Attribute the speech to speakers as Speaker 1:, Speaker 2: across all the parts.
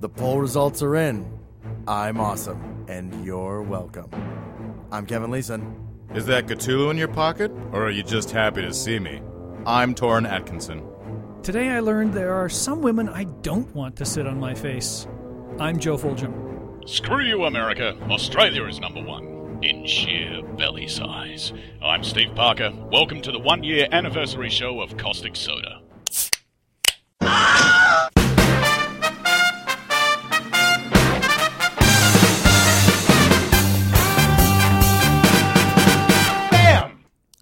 Speaker 1: The poll results are in. I'm awesome, and you're welcome. I'm Kevin Leeson.
Speaker 2: Is that Cthulhu in your pocket, or are you just happy to see me? I'm Torrin Atkinson.
Speaker 3: Today I learned there are some women I don't want to sit on my face. I'm Joe Fulgham.
Speaker 4: Screw you, America. Australia is number one in sheer belly size. I'm Steve Parker. Welcome to the one year anniversary show of Caustic Soda.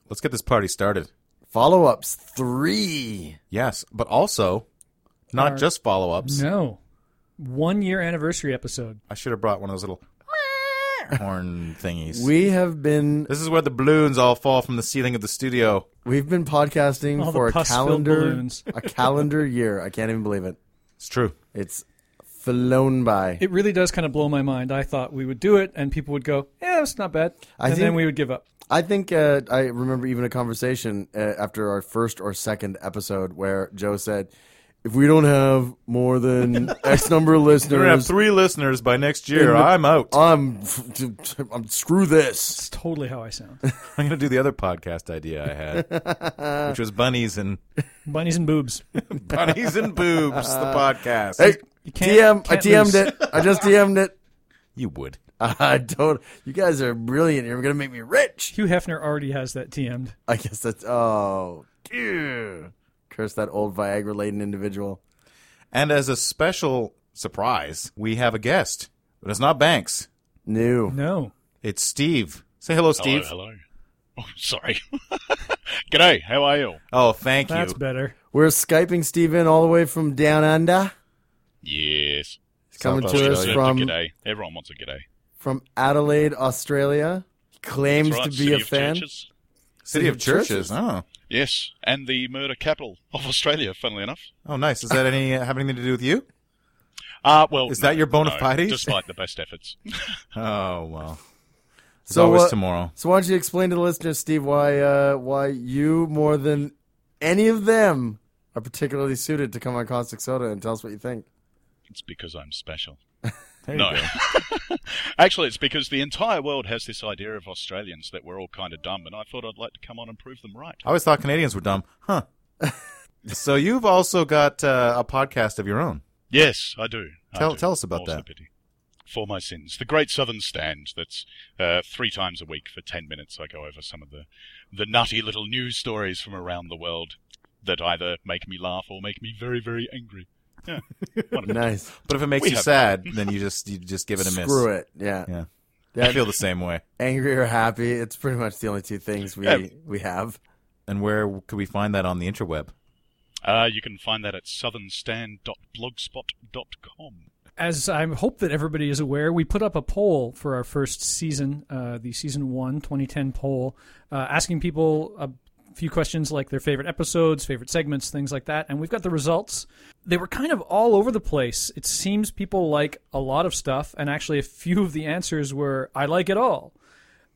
Speaker 2: Let's get this party started.
Speaker 1: Follow ups three.
Speaker 2: Yes, but also, not
Speaker 3: Our-
Speaker 2: just follow ups.
Speaker 3: No. One year anniversary episode.
Speaker 2: I should have brought one of those little horn thingies.
Speaker 1: We have been
Speaker 2: this is where the balloons all fall from the ceiling of the studio.
Speaker 1: we've been podcasting
Speaker 3: All the
Speaker 1: for a
Speaker 3: pus-filled
Speaker 1: calendar
Speaker 3: balloons.
Speaker 1: a calendar year. I can't even believe it.
Speaker 2: It's true.
Speaker 1: It's flown by.
Speaker 3: It really does kind of blow my mind. I thought we would do it and people would go, yeah, it's not bad.
Speaker 1: I
Speaker 3: and then
Speaker 1: think-
Speaker 3: we would give up.
Speaker 1: I think uh, I remember even a conversation uh, after our first or second episode where Joe said, "If we don't have more than X number of
Speaker 2: We're gonna have
Speaker 1: listeners,
Speaker 2: three listeners by next
Speaker 1: In
Speaker 2: year.
Speaker 1: the-
Speaker 2: I'm out.
Speaker 1: I'm, I'm screw this."
Speaker 3: It's totally how I sound.
Speaker 2: I'm gonna do the other podcast idea I had, which was bunnies and
Speaker 3: Bunnies and boobs.
Speaker 2: bunnies and boobs. The podcast.
Speaker 1: Hey,
Speaker 3: You can't-
Speaker 1: TM, I
Speaker 3: can't
Speaker 1: TM'd
Speaker 3: lose.
Speaker 1: it. I just DM'd it.
Speaker 2: you would.
Speaker 1: I don't. You guys are brilliant. You're gonna make me rich.
Speaker 3: Hugh Hefner already has that TM'd.
Speaker 1: I guess that's. Oh, dear. curse that old Viagra-laden individual.
Speaker 2: And as a special surprise, we have a guest, but it's not Banks.
Speaker 1: New.
Speaker 3: No.
Speaker 2: It's Steve. Say hello, Steve.
Speaker 4: Hello, hello. Oh, sorry. G'day, how are you?
Speaker 2: Oh, thank
Speaker 3: That's
Speaker 2: you.
Speaker 3: better.
Speaker 1: We're skyping Steve in all the way from down under.
Speaker 4: Yes.
Speaker 1: He's coming
Speaker 2: South
Speaker 1: to
Speaker 2: Australia.
Speaker 1: us
Speaker 4: Deserves a
Speaker 1: from
Speaker 4: g'day. Everyone wants a g'day.
Speaker 1: from Adelaide, Australia. He claims
Speaker 4: That's right,
Speaker 1: to be
Speaker 4: City
Speaker 1: a
Speaker 4: of
Speaker 1: fan.
Speaker 4: Churches.
Speaker 2: City of Churches.
Speaker 1: Churches.
Speaker 2: Oh,
Speaker 4: Yes, and the murder capital of Australia, funnily enough.
Speaker 2: oh, nice. Does that any have anything to do with you?
Speaker 4: Uh, well,
Speaker 2: Is that your bona
Speaker 4: no,
Speaker 2: fides?
Speaker 4: despite the best efforts.
Speaker 2: Oh well. It's
Speaker 1: So,
Speaker 2: always
Speaker 1: uh,
Speaker 2: tomorrow.
Speaker 1: So why don't you explain to the listeners, Steve, why uh, why you more than any of them are particularly suited to come on Caustic Soda and tell us what you think.
Speaker 4: It's because I'm special.
Speaker 2: There
Speaker 4: no.
Speaker 2: you go.
Speaker 4: Actually, it's because the entire world has this idea of Australians that we're all kind of dumb, and I thought I'd like to come on and prove them right.
Speaker 2: I always thought Canadians were dumb, huh? so you've also got uh, a podcast of your own.
Speaker 4: Yes, I do. I
Speaker 2: Tell-
Speaker 4: do.
Speaker 2: tell us about
Speaker 4: More's the
Speaker 2: that.
Speaker 4: pity. For my sins, the Great Southern Stand. That's uh, three times a week for ten minutes. I go over some of the the nutty little news stories from around the world that either make me laugh or make me very, very angry. Yeah, wonderful.
Speaker 1: Nice.
Speaker 2: But if it makes
Speaker 4: We
Speaker 2: you
Speaker 4: have-
Speaker 2: sad, then you just you just give it a miss.
Speaker 1: Screw it. Yeah.
Speaker 2: Yeah.
Speaker 1: Yeah.
Speaker 2: I feel the same way.
Speaker 1: Angry or happy, it's pretty much the only two things we
Speaker 4: Yeah.
Speaker 1: we have.
Speaker 2: And where could we find that on the interweb?
Speaker 4: Uh, you can find that at southernstand.blogspot.com.
Speaker 3: as I hope that everybody is aware, we put up a poll for our first season, uh, the season one 2010 poll, uh, asking people a few questions like their favorite episodes, favorite segments, things like that. And we've got the results. They were kind of all over the place. It seems people like a lot of stuff, and actually, a few of the answers were, I like it all.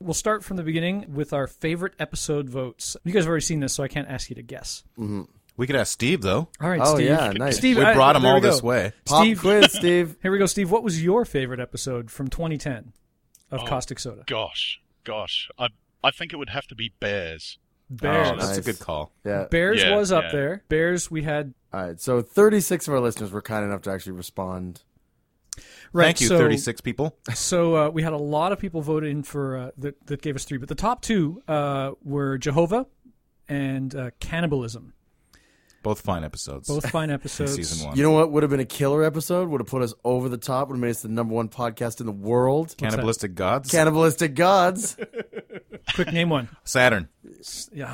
Speaker 3: We'll start from the beginning with our favorite episode votes. You guys have already seen this, so I can't ask you to guess.
Speaker 2: We could ask Steve though.
Speaker 3: All right,
Speaker 1: oh
Speaker 3: Steve.
Speaker 1: yeah, nice.
Speaker 3: Steve,
Speaker 2: We
Speaker 3: I- oh,
Speaker 2: brought him
Speaker 3: there
Speaker 2: all
Speaker 3: we go.
Speaker 2: this way.
Speaker 1: Pop
Speaker 3: Steve-
Speaker 1: quiz, Steve.
Speaker 3: Here we go, Steve. What was your favorite episode from 2010 of
Speaker 4: Oh,
Speaker 3: Caustic Soda?
Speaker 4: Gosh, gosh, I I think it would have to be bears.
Speaker 3: Bears.
Speaker 2: Oh, that's
Speaker 1: Nice.
Speaker 2: a good call.
Speaker 1: Yeah.
Speaker 3: Bears
Speaker 4: Yeah,
Speaker 3: was up
Speaker 4: yeah.
Speaker 3: there. Bears we had
Speaker 1: All right. So 36 of our listeners were kind enough to actually respond.
Speaker 3: right.
Speaker 2: Thank you,
Speaker 3: so,
Speaker 2: 36 people.
Speaker 3: So uh, we had a lot of people vote in for uh, that, that gave us three, but the top two uh, were Jehovah and uh, Cannibalism.
Speaker 2: Both fine episodes.
Speaker 3: Both fine
Speaker 2: in
Speaker 3: episodes.
Speaker 2: season one.
Speaker 1: You know what would have been a killer episode? Would have put us over the top. Would have made us the number one podcast in the world.
Speaker 2: Cannibalistic gods.
Speaker 1: Cannibalistic gods.
Speaker 3: Quick name one.
Speaker 2: Saturn.
Speaker 3: Yeah.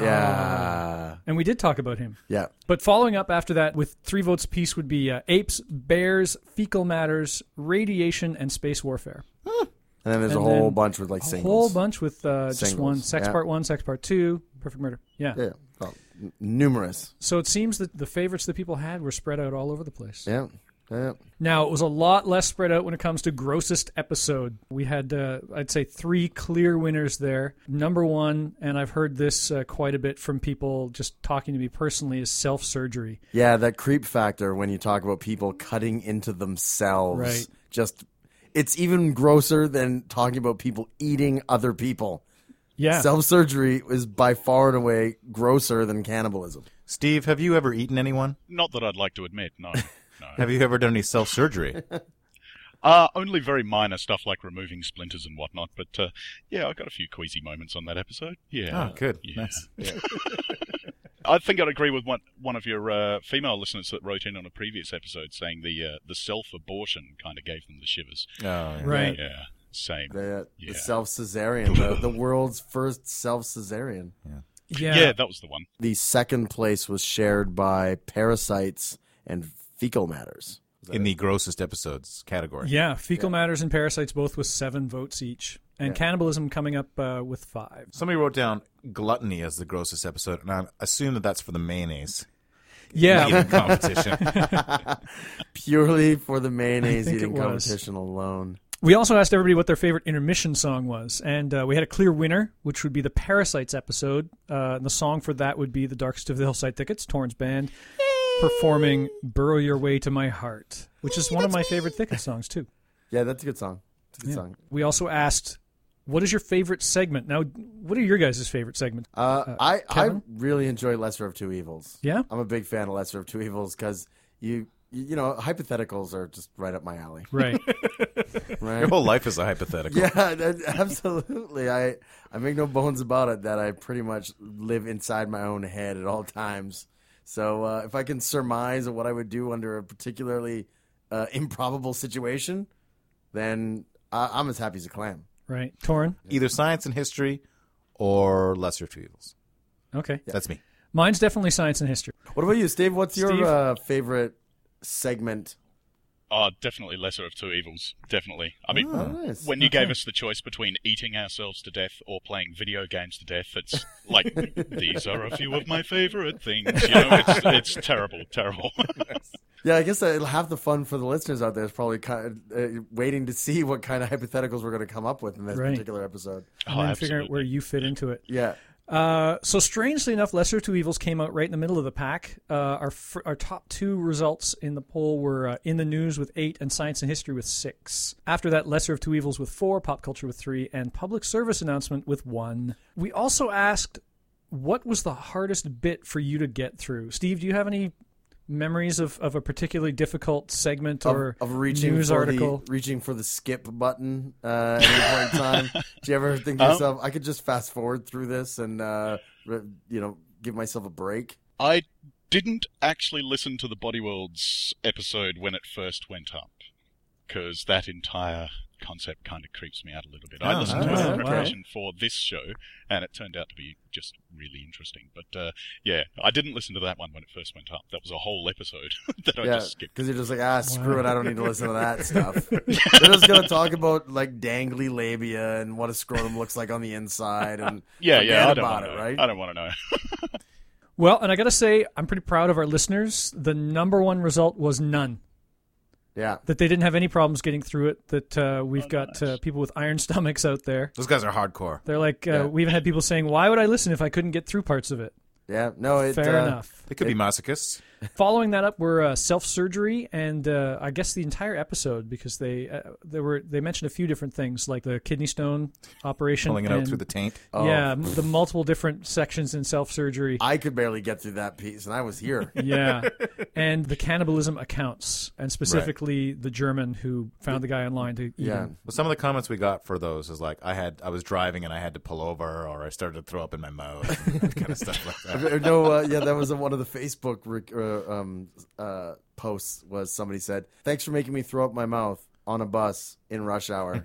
Speaker 1: Yeah.
Speaker 3: And we did talk about him.
Speaker 1: Yeah.
Speaker 3: But following up after that with three votes apiece would be uh, apes, bears, fecal matters, radiation, and space warfare.
Speaker 1: And then there's a
Speaker 3: And
Speaker 1: whole
Speaker 3: then
Speaker 1: bunch with like
Speaker 3: A whole
Speaker 1: singles.
Speaker 3: bunch with uh, just
Speaker 1: Singles,
Speaker 3: one sex
Speaker 1: yeah.
Speaker 3: part one, sex part two, perfect murder.
Speaker 1: Yeah. Well, n- numerous.
Speaker 3: So it seems that the favorites that people had were spread out all over the place.
Speaker 1: Yeah. Yeah.
Speaker 3: Now it was a lot less spread out when it comes to grossest episode. We had, uh, I'd say, three clear winners there. Number one, and I've heard this uh, quite a bit from people just talking to me personally, is self surgery.
Speaker 1: Yeah, that creep factor when you talk about people cutting into themselves.
Speaker 3: Right.
Speaker 1: Just it's even grosser than talking about people eating other people.
Speaker 3: Yeah,
Speaker 1: Self surgery is by far and away grosser than cannibalism.
Speaker 2: Steve, have you ever eaten anyone?
Speaker 4: Not that I'd like to admit, no. No.
Speaker 2: Have you ever done any self surgery?
Speaker 4: Uh, only very minor stuff like removing splinters and whatnot, but uh, yeah, I got a few queasy moments on that episode. Yeah.
Speaker 2: oh, good.
Speaker 4: Yeah.
Speaker 2: Nice.
Speaker 4: I think I'd agree with one, one of your uh, female listeners that wrote in on a previous episode saying the uh, the self abortion kind of gave them the shivers.
Speaker 2: Oh, yeah.
Speaker 3: right.
Speaker 4: Yeah, same.
Speaker 1: The,
Speaker 4: Yeah.
Speaker 1: the self cesarean, the, the world's first self cesarean.
Speaker 3: Yeah,
Speaker 4: Yeah. that was the one.
Speaker 1: The second place was shared by parasites and fecal matters.
Speaker 2: In the grossest episodes category.
Speaker 3: Yeah, fecal matters and parasites both with seven votes each, and cannibalism coming up uh, with five.
Speaker 2: Somebody wrote down gluttony as the grossest episode, and I assume that that's for the mayonnaise
Speaker 3: Yeah,
Speaker 2: eating competition.
Speaker 1: Purely for the mayonnaise
Speaker 3: I think
Speaker 1: eating
Speaker 3: it was.
Speaker 1: competition alone.
Speaker 3: we also asked everybody what their favorite intermission song was, and uh, we had a clear winner, which would be the Parasites episode. Uh, and the song for that would be the Darkest of the Hillside Thickets, Torrance Band, performing "Burrow Your Way to My Heart," which is one of my favorite Thicket songs too.
Speaker 1: Yeah, that's a good song. It's a good song.
Speaker 3: We also asked, "What is your favorite segment?" Now, what are your guys' favorite segments?
Speaker 1: Uh, I I
Speaker 3: Kevin?
Speaker 1: really enjoy Lesser of Two Evils.
Speaker 3: Yeah?
Speaker 1: I'm a big fan of Lesser of Two Evils because you you you know hypotheticals are just right up my alley.
Speaker 3: Right.
Speaker 1: Right?
Speaker 2: Your whole life is a hypothetical.
Speaker 1: yeah, that- absolutely. I I make no bones about it that I pretty much live inside my own head at all times. So uh, if I can surmise what I would do under a particularly uh, improbable situation, then I, I'm as happy as a clam.
Speaker 3: Right. Torrin.
Speaker 2: Either science and history or lesser of two evils.
Speaker 3: Okay.
Speaker 2: That's me.
Speaker 3: Mine's definitely science and history.
Speaker 1: What about you, Steve? What's
Speaker 3: Steve?
Speaker 1: your uh, favorite segment?
Speaker 4: Oh, definitely lesser of two evils. Definitely. I mean,
Speaker 1: Oh, nice.
Speaker 4: Hmm. when you gave us the choice between eating ourselves to death or playing video games to death, it's like these are a few of my favorite things. You know, it's, it's terrible, terrible.
Speaker 1: Yeah, I guess that it'll have the fun for the listeners out there. It's probably kind of, uh, waiting to see what kind of hypotheticals we're going to come up with in this
Speaker 3: Right.
Speaker 1: particular episode.
Speaker 3: And then figure out where you fit into it.
Speaker 1: Yeah,
Speaker 3: Uh, so strangely enough, Lesser Two Evils came out right in the middle of the pack. Uh, our fir- our top two results in the poll were uh, in the news with eight and science and history with six. After that, Lesser of Two Evils with four, pop culture with three, and public service announcement with one. We also asked, what was the hardest bit for you to get through? Steve, do you have any memories of, of a particularly difficult segment or
Speaker 1: of reaching
Speaker 3: news
Speaker 1: for
Speaker 3: article?
Speaker 1: the reaching for the skip button uh, at any point in time. Do you ever think to
Speaker 4: Oh.
Speaker 1: yourself, I could just fast forward through this and uh, re- you know give myself a break?
Speaker 4: I didn't actually listen to the Bodyworlds episode when it first went up, because that entire concept kind of creeps me out a little bit. I
Speaker 2: Oh,
Speaker 4: listened to it
Speaker 1: okay.
Speaker 4: in preparation for this show, and it turned out to be just really interesting. But uh, yeah, I didn't listen to that one when it first went up. That was a whole episode that I
Speaker 1: yeah,
Speaker 4: Oh, just skipped.
Speaker 1: because you're just like, ah, screw
Speaker 3: Wow.
Speaker 1: it, I don't need to listen to that stuff. They're just going to talk about like dangly labia and what a scrotum looks like on the inside, and
Speaker 4: Yeah, yeah, I
Speaker 1: forget
Speaker 4: don't
Speaker 1: about
Speaker 4: want to
Speaker 1: it,
Speaker 4: know.
Speaker 1: right?
Speaker 4: I don't want to know.
Speaker 3: Well, and I got to say, I'm pretty proud of our listeners. The number one result was none.
Speaker 1: yeah.
Speaker 3: that they didn't have any problems getting through it. That uh, we've got uh, people with iron stomachs out there.
Speaker 2: Those guys are hardcore.
Speaker 3: They're like, uh,
Speaker 1: Yeah.
Speaker 3: we even had people saying, "Why would I listen if I couldn't get through parts of it?"
Speaker 1: Yeah, no, it,
Speaker 3: Fair
Speaker 1: uh,
Speaker 3: enough.
Speaker 2: They could be masochists.
Speaker 3: Following that up were uh, self surgery and uh, I guess the entire episode because they uh, they were they mentioned a few different things like the kidney stone operation,
Speaker 2: Pulling it out
Speaker 3: and-
Speaker 2: through the oh. taint.
Speaker 3: yeah, m- the multiple different sections in self surgery.
Speaker 1: I could barely get through that piece, and I was here.
Speaker 3: yeah, and the cannibalism accounts, and specifically the German who found the guy online to eat
Speaker 1: Yeah.
Speaker 3: him.
Speaker 2: Well, some of the comments we got for those is like I had I was driving and I had to pull over or I started to throw up in my mouth and kind of stuff like that.
Speaker 1: Uh, no, uh, yeah, that was one of the Facebook rec- uh, um, uh, posts. Was somebody said, "Thanks for making me throw up my mouth on a bus in rush hour."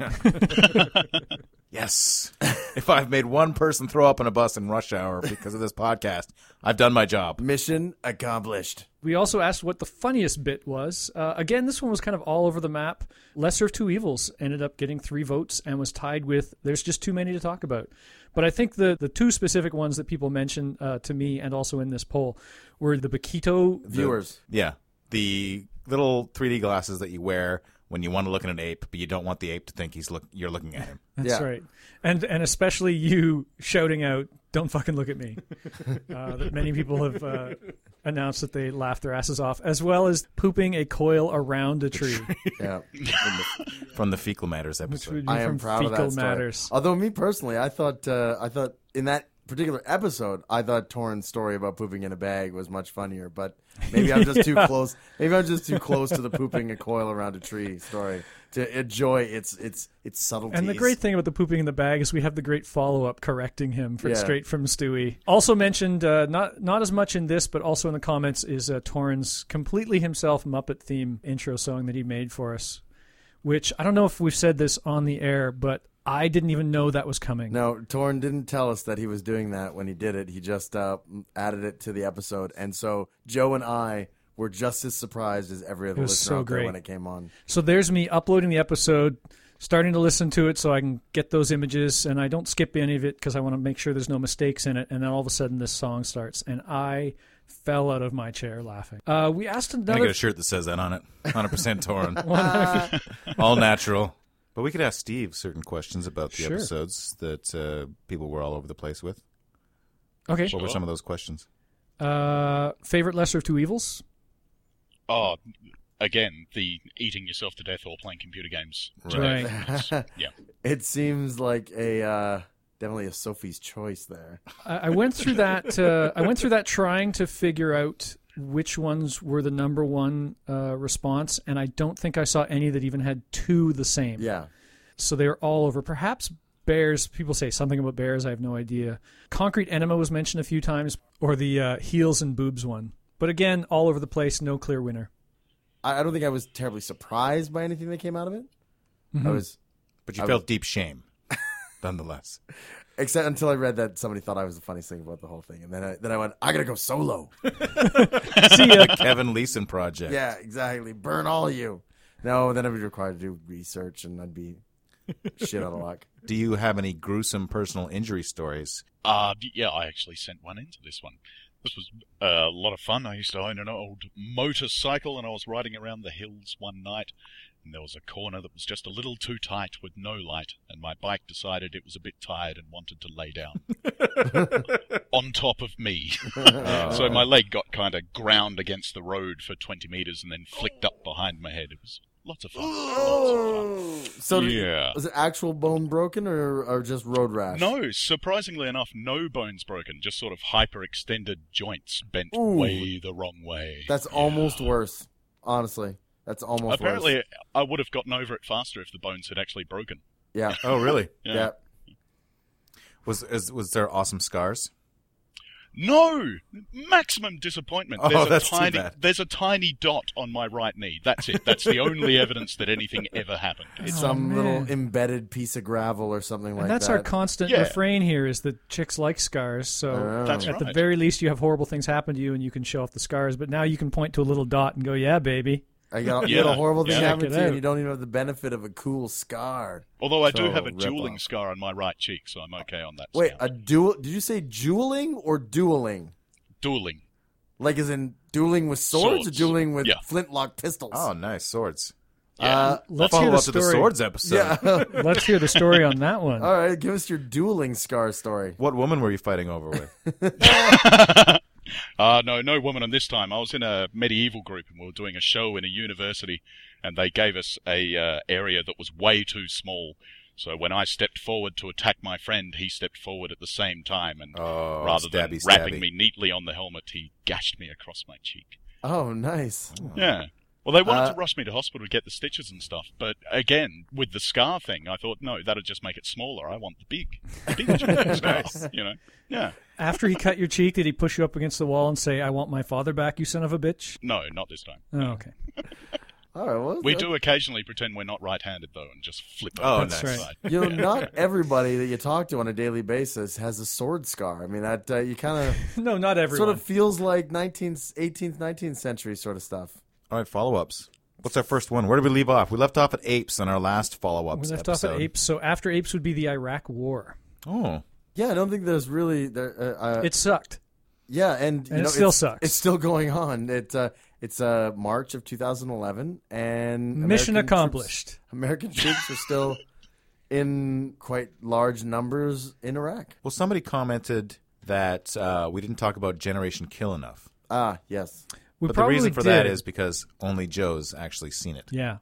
Speaker 2: Yes. if I've made one person throw up on a bus in rush hour because of this podcast, I've done my job.
Speaker 1: Mission accomplished.
Speaker 3: We also asked what the funniest bit was. Uh, again, this one was kind of all over the map. Lesser of Two Evils ended up getting three votes and was tied with There's Just Too Many to Talk About. But I think the, the two specific ones that people mentioned uh, to me and also in this poll were the Bakito
Speaker 1: Viewers,
Speaker 2: Yeah. the little 3D glasses that you wear when you want to look at an ape, but you don't want the ape to think he's look you're looking at him.
Speaker 3: That's
Speaker 1: Yeah.
Speaker 3: right. And and especially you shouting out, "Don't fucking look at me." uh, that many people have uh, announced that they laughed their asses off, as well as pooping a coil around a tree,
Speaker 1: Yeah.
Speaker 2: From the fecal matters
Speaker 3: which would
Speaker 2: episode.
Speaker 3: be
Speaker 1: I
Speaker 3: from
Speaker 1: am proud
Speaker 3: fecal
Speaker 1: of that story.
Speaker 3: matters.
Speaker 1: Although me personally, I thought uh, I thought in that particular episode, I thought Torrin's story about pooping in a bag was much funnier. But maybe I'm just too close. Maybe I'm just too close to the pooping a coil around a tree story to enjoy its its its subtleties.
Speaker 3: And the great thing about the pooping in the bag is we have the great follow up correcting him for
Speaker 1: Yeah.
Speaker 3: straight from Stewie. Also mentioned, uh, not not as much in this, but also in the comments is uh, Torrin's completely himself Muppet theme intro song that he made for us. Which I don't know if we've said this on the air, but I didn't even know that was coming.
Speaker 1: No, Torn didn't tell us that he was doing that when he did it. He just uh, added it to the episode, and so Joe and I were just as surprised as every other
Speaker 3: was
Speaker 1: listener
Speaker 3: so
Speaker 1: out there
Speaker 3: great.
Speaker 1: when it came on.
Speaker 3: So there's me uploading the episode, starting to listen to it so I can get those images, and I don't skip any of it because I want to make sure there's no mistakes in it. And then all of a sudden, this song starts, and I fell out of my chair laughing. Uh, we asked
Speaker 2: I
Speaker 3: another.
Speaker 2: get a shirt that says that on it. 100% torn. all natural. But we could ask Steve certain questions about the
Speaker 3: Sure.
Speaker 2: episodes that uh, people were all over the place with.
Speaker 3: okay.
Speaker 2: What were
Speaker 4: Sure.
Speaker 2: some of those questions?
Speaker 3: Uh, favorite lesser of two evils.
Speaker 4: Oh, again, the eating yourself to death or playing computer games. to
Speaker 3: Right.
Speaker 4: death. It's- yeah.
Speaker 1: It seems like a uh, definitely a Sophie's choice there.
Speaker 3: I, I went through that. Uh, I went through that trying to figure out which ones were the number one uh, response, and I don't think I saw any that even had two the same.
Speaker 1: Yeah,
Speaker 3: so they were all over. Perhaps bears. People say something about bears. I have no idea. Concrete enema was mentioned a few times, or the uh, heels and boobs one. But again, all over the place. No clear winner.
Speaker 1: I, I don't think I was terribly surprised by anything that came out of it.
Speaker 3: Mm-hmm.
Speaker 1: I was,
Speaker 2: But you felt deep shame, nonetheless.
Speaker 1: except until I read that somebody thought I was the funniest thing about the whole thing, and then I, then I went, I gotta go solo.
Speaker 3: See ya.
Speaker 2: Kevin Leeson project.
Speaker 1: yeah, exactly. Burn all you. No, then I'd be required to do research, and I'd be shit out of luck.
Speaker 2: Do you have any gruesome personal injury stories?
Speaker 4: Uh, d- yeah, I actually sent one into this one. This was uh, a lot of fun. I used to own an old motorcycle, and I was riding around the hills one night, and there was a corner that was just a little too tight with no light, and my bike decided it was a bit tired and wanted to lay down on top of me.
Speaker 2: Uh,
Speaker 4: so my leg got kind of ground against the road for 20 meters and then flicked up behind my head. It was lots of fun. Lots of fun.
Speaker 1: So did-
Speaker 4: Yeah.
Speaker 1: was it actual bone broken or or just road rash?
Speaker 4: No, surprisingly enough, no bones broken, just sort of hyperextended joints bent
Speaker 1: Ooh.
Speaker 4: way the wrong way.
Speaker 1: that's almost worse. Honestly, that's almost
Speaker 4: Apparently,
Speaker 1: worse.
Speaker 4: I would have gotten over it faster if the bones had actually broken.
Speaker 1: yeah,
Speaker 2: Oh, really?
Speaker 1: yeah.
Speaker 2: Was is, was there awesome scars?
Speaker 4: No, maximum disappointment.
Speaker 2: Oh,
Speaker 4: there's
Speaker 2: that's
Speaker 4: a
Speaker 2: too
Speaker 4: tiny,
Speaker 2: bad.
Speaker 4: there's a tiny dot on my right knee. That's it. That's the only evidence that anything ever happened. It's,
Speaker 1: Some
Speaker 3: Oh, man.
Speaker 1: little embedded piece of gravel or something like
Speaker 3: And that's
Speaker 1: that.
Speaker 3: our constant
Speaker 4: Yeah.
Speaker 3: refrain here: is that chicks like scars. So
Speaker 1: Oh.
Speaker 4: that's
Speaker 3: at
Speaker 4: right.
Speaker 3: the very least, you have horrible things happen to you, and you can show off the scars. But now you can point to a little dot and go, "Yeah, baby."
Speaker 1: I got you
Speaker 4: Yeah.
Speaker 1: got a horrible thing
Speaker 4: Yeah. Oh,
Speaker 1: happen
Speaker 3: Check it
Speaker 1: to you,
Speaker 3: out.
Speaker 1: and you don't even have the benefit of a cool scar.
Speaker 4: Although I do
Speaker 1: So,
Speaker 4: have a
Speaker 1: rip
Speaker 4: dueling
Speaker 1: off.
Speaker 4: scar on my right cheek, so I'm okay on that.
Speaker 1: Wait,
Speaker 4: scar.
Speaker 1: a duel? Did you say dueling or dueling?
Speaker 4: dueling.
Speaker 1: Like, as in dueling with swords, or
Speaker 4: Swords.
Speaker 1: dueling with
Speaker 4: Yeah.
Speaker 1: flintlock pistols?
Speaker 2: Oh, nice swords.
Speaker 1: Uh,
Speaker 3: Let's hear
Speaker 2: Follow
Speaker 3: the
Speaker 2: up to the
Speaker 3: story.
Speaker 2: swords episode.
Speaker 1: yeah.
Speaker 3: Let's hear the story on that one.
Speaker 1: All right, give us your dueling scar story.
Speaker 2: What woman were you fighting over with?
Speaker 4: Uh, no, no woman on this time. I was in a medieval group and we were doing a show in a university, and they gave us a uh, area that was way too small. So when I stepped forward to attack my friend, he stepped forward at the same time, and
Speaker 2: Oh,
Speaker 4: rather than
Speaker 2: stabby,
Speaker 4: wrapping
Speaker 2: stabby.
Speaker 4: me neatly on the helmet, he gashed me across my cheek.
Speaker 1: Oh, nice.
Speaker 2: Hmm.
Speaker 4: Yeah. Well, they wanted
Speaker 1: Uh,
Speaker 4: to rush me to hospital to get the stitches and stuff, but again, with the scar thing, I thought, no, that'll just make it smaller. I want the big, big scar. You know? Yeah.
Speaker 3: After he cut your cheek, did he push you up against the wall and say, "I want my father back, you son of a bitch"?
Speaker 4: No, not this time.
Speaker 3: Oh, okay.
Speaker 1: All right, well,
Speaker 4: We
Speaker 1: that-
Speaker 4: do occasionally pretend we're not right-handed though, and just flip.
Speaker 2: Oh,
Speaker 4: over to
Speaker 2: That's
Speaker 4: the
Speaker 3: right.
Speaker 4: side.
Speaker 1: You know, not everybody that you talk to on a daily basis has a sword scar. I mean, that uh, you kind
Speaker 3: No, not
Speaker 1: of
Speaker 3: everyone.
Speaker 1: sort of feels like 19th, 18th, 19th century sort of stuff.
Speaker 2: All right, follow ups. What's our first one? Where did we leave off? We left off at apes on our last follow
Speaker 3: We
Speaker 2: ups.
Speaker 3: left
Speaker 2: episode.
Speaker 3: off at apes, so after apes would be the Iraq War.
Speaker 2: Oh,
Speaker 1: Yeah, I don't think there's really there. Uh, uh,
Speaker 3: It sucked.
Speaker 1: yeah, and, you
Speaker 3: and it
Speaker 1: know,
Speaker 3: still
Speaker 1: it's-
Speaker 3: sucks.
Speaker 1: It's still going on. It uh, It's uh, March of 2011, and American
Speaker 3: Mission accomplished.
Speaker 1: Troops, American troops are still in quite large numbers in Iraq.
Speaker 2: Well, somebody commented that uh, we didn't talk about Generation Kill enough.
Speaker 1: Ah, yes.
Speaker 3: We
Speaker 2: but the
Speaker 3: probably
Speaker 2: reason for
Speaker 3: did.
Speaker 2: that is because only Joe's actually seen it
Speaker 3: yeah.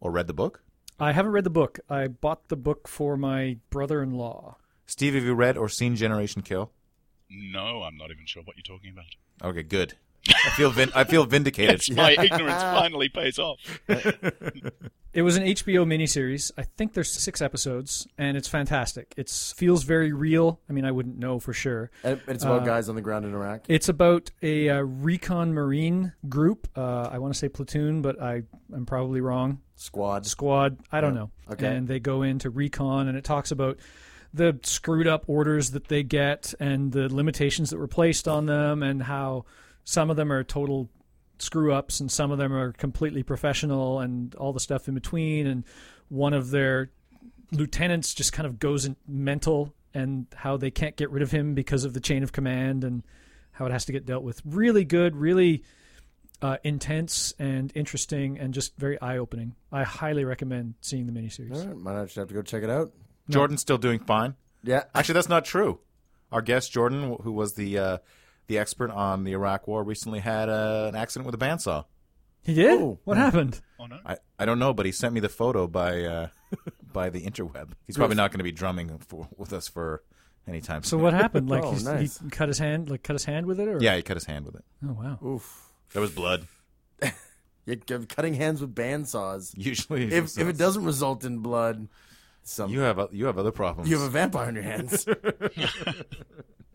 Speaker 2: or read the book.
Speaker 3: I haven't read the book. I bought the book for my brother-in-law.
Speaker 2: Steve, have you read or seen Generation Kill?
Speaker 4: No, I'm not even sure what you're talking about.
Speaker 2: Okay, good. I feel vin- I feel vindicated.
Speaker 4: It's my ignorance finally pays off.
Speaker 3: It was an HBO miniseries. I think there's six episodes, and it's fantastic. It feels very real. I mean, I wouldn't know for sure.
Speaker 1: And it's about
Speaker 3: Uh,
Speaker 1: guys on the ground in Iraq.
Speaker 3: It's about a uh, recon marine group. Uh, I want to say platoon, but I am probably wrong.
Speaker 1: Squad.
Speaker 3: Squad. I don't know.
Speaker 1: Okay.
Speaker 3: And they go into recon, and it talks about the screwed up orders that they get and the limitations that were placed on them, and how some of them are total screw ups and some of them are completely professional, and all the stuff in between. And one of their lieutenants just kind of goes in mental and how they can't get rid of him because of the chain of command and how it has to get dealt with. Really good, really uh, intense and interesting and just very eye opening. I highly recommend seeing the miniseries.
Speaker 1: All right, might actually have to go check it out.
Speaker 2: Jordan's still doing fine.
Speaker 1: Yeah.
Speaker 2: Actually, that's not true. Our guest Jordan, who was the uh, the expert on the Iraq War, recently had uh, an accident with a bandsaw.
Speaker 3: He did?
Speaker 1: Oh.
Speaker 3: what happened?
Speaker 4: Oh no.
Speaker 2: I, I don't know, but he sent me the photo by uh, by the interweb. He's probably not going to be drumming for, with us for any time.
Speaker 3: So
Speaker 2: soon.
Speaker 3: what happened? Like
Speaker 1: Oh,
Speaker 3: he's-
Speaker 1: nice.
Speaker 3: he cut his hand, like cut his hand with it, or
Speaker 2: Yeah, he cut his hand with it.
Speaker 3: Oh wow.
Speaker 1: Oof.
Speaker 2: There was blood.
Speaker 1: You're c- cutting hands with bandsaws.
Speaker 2: Usually,
Speaker 1: If, if it doesn't result in blood, some
Speaker 2: you
Speaker 1: you,
Speaker 2: have o- you have other problems.
Speaker 1: have a vampire on your hands.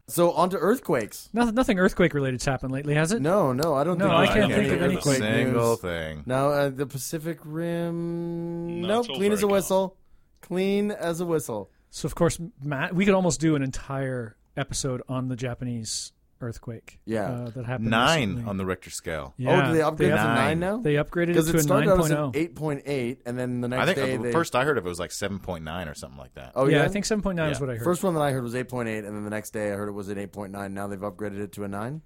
Speaker 1: so on to earthquakes.
Speaker 3: Nothing, nothing earthquake related's happened lately, has it?
Speaker 1: No, no, I don't
Speaker 3: No,
Speaker 1: think
Speaker 3: I
Speaker 1: we've
Speaker 2: I
Speaker 3: can't
Speaker 1: had
Speaker 3: think of
Speaker 1: any
Speaker 3: anything.
Speaker 2: a
Speaker 1: earthquake
Speaker 2: single
Speaker 1: news.
Speaker 2: thing.
Speaker 1: Now uh, the Pacific Rim.
Speaker 4: No,
Speaker 1: nope,
Speaker 4: it's all
Speaker 1: clean as a
Speaker 4: very
Speaker 1: whistle. Clean as a whistle. Oh,
Speaker 3: So of course, Matt, we could almost do an entire episode on the Japanese earthquake.
Speaker 1: Yeah.
Speaker 3: uh, that happened.
Speaker 2: Nine
Speaker 3: recently.
Speaker 2: on the Richter scale.
Speaker 1: oh,
Speaker 3: Yeah,
Speaker 1: do they upgrade to
Speaker 2: Nine.
Speaker 1: nine now?
Speaker 3: They upgraded it
Speaker 1: Because
Speaker 3: to
Speaker 1: it
Speaker 3: a oh.
Speaker 1: started out as
Speaker 3: 9.0.
Speaker 1: an eight point eight, and then the next
Speaker 2: I think
Speaker 1: day
Speaker 2: uh,
Speaker 1: they
Speaker 2: first I heard of it was like seven point nine or something like that.
Speaker 1: Oh
Speaker 3: yeah,
Speaker 1: yeah,
Speaker 3: I think 7.9 is
Speaker 2: Yeah.
Speaker 3: what I heard.
Speaker 1: First one that I heard was 8.8, and then the next day I heard it was an 8.9. Now they've upgraded it to a 9.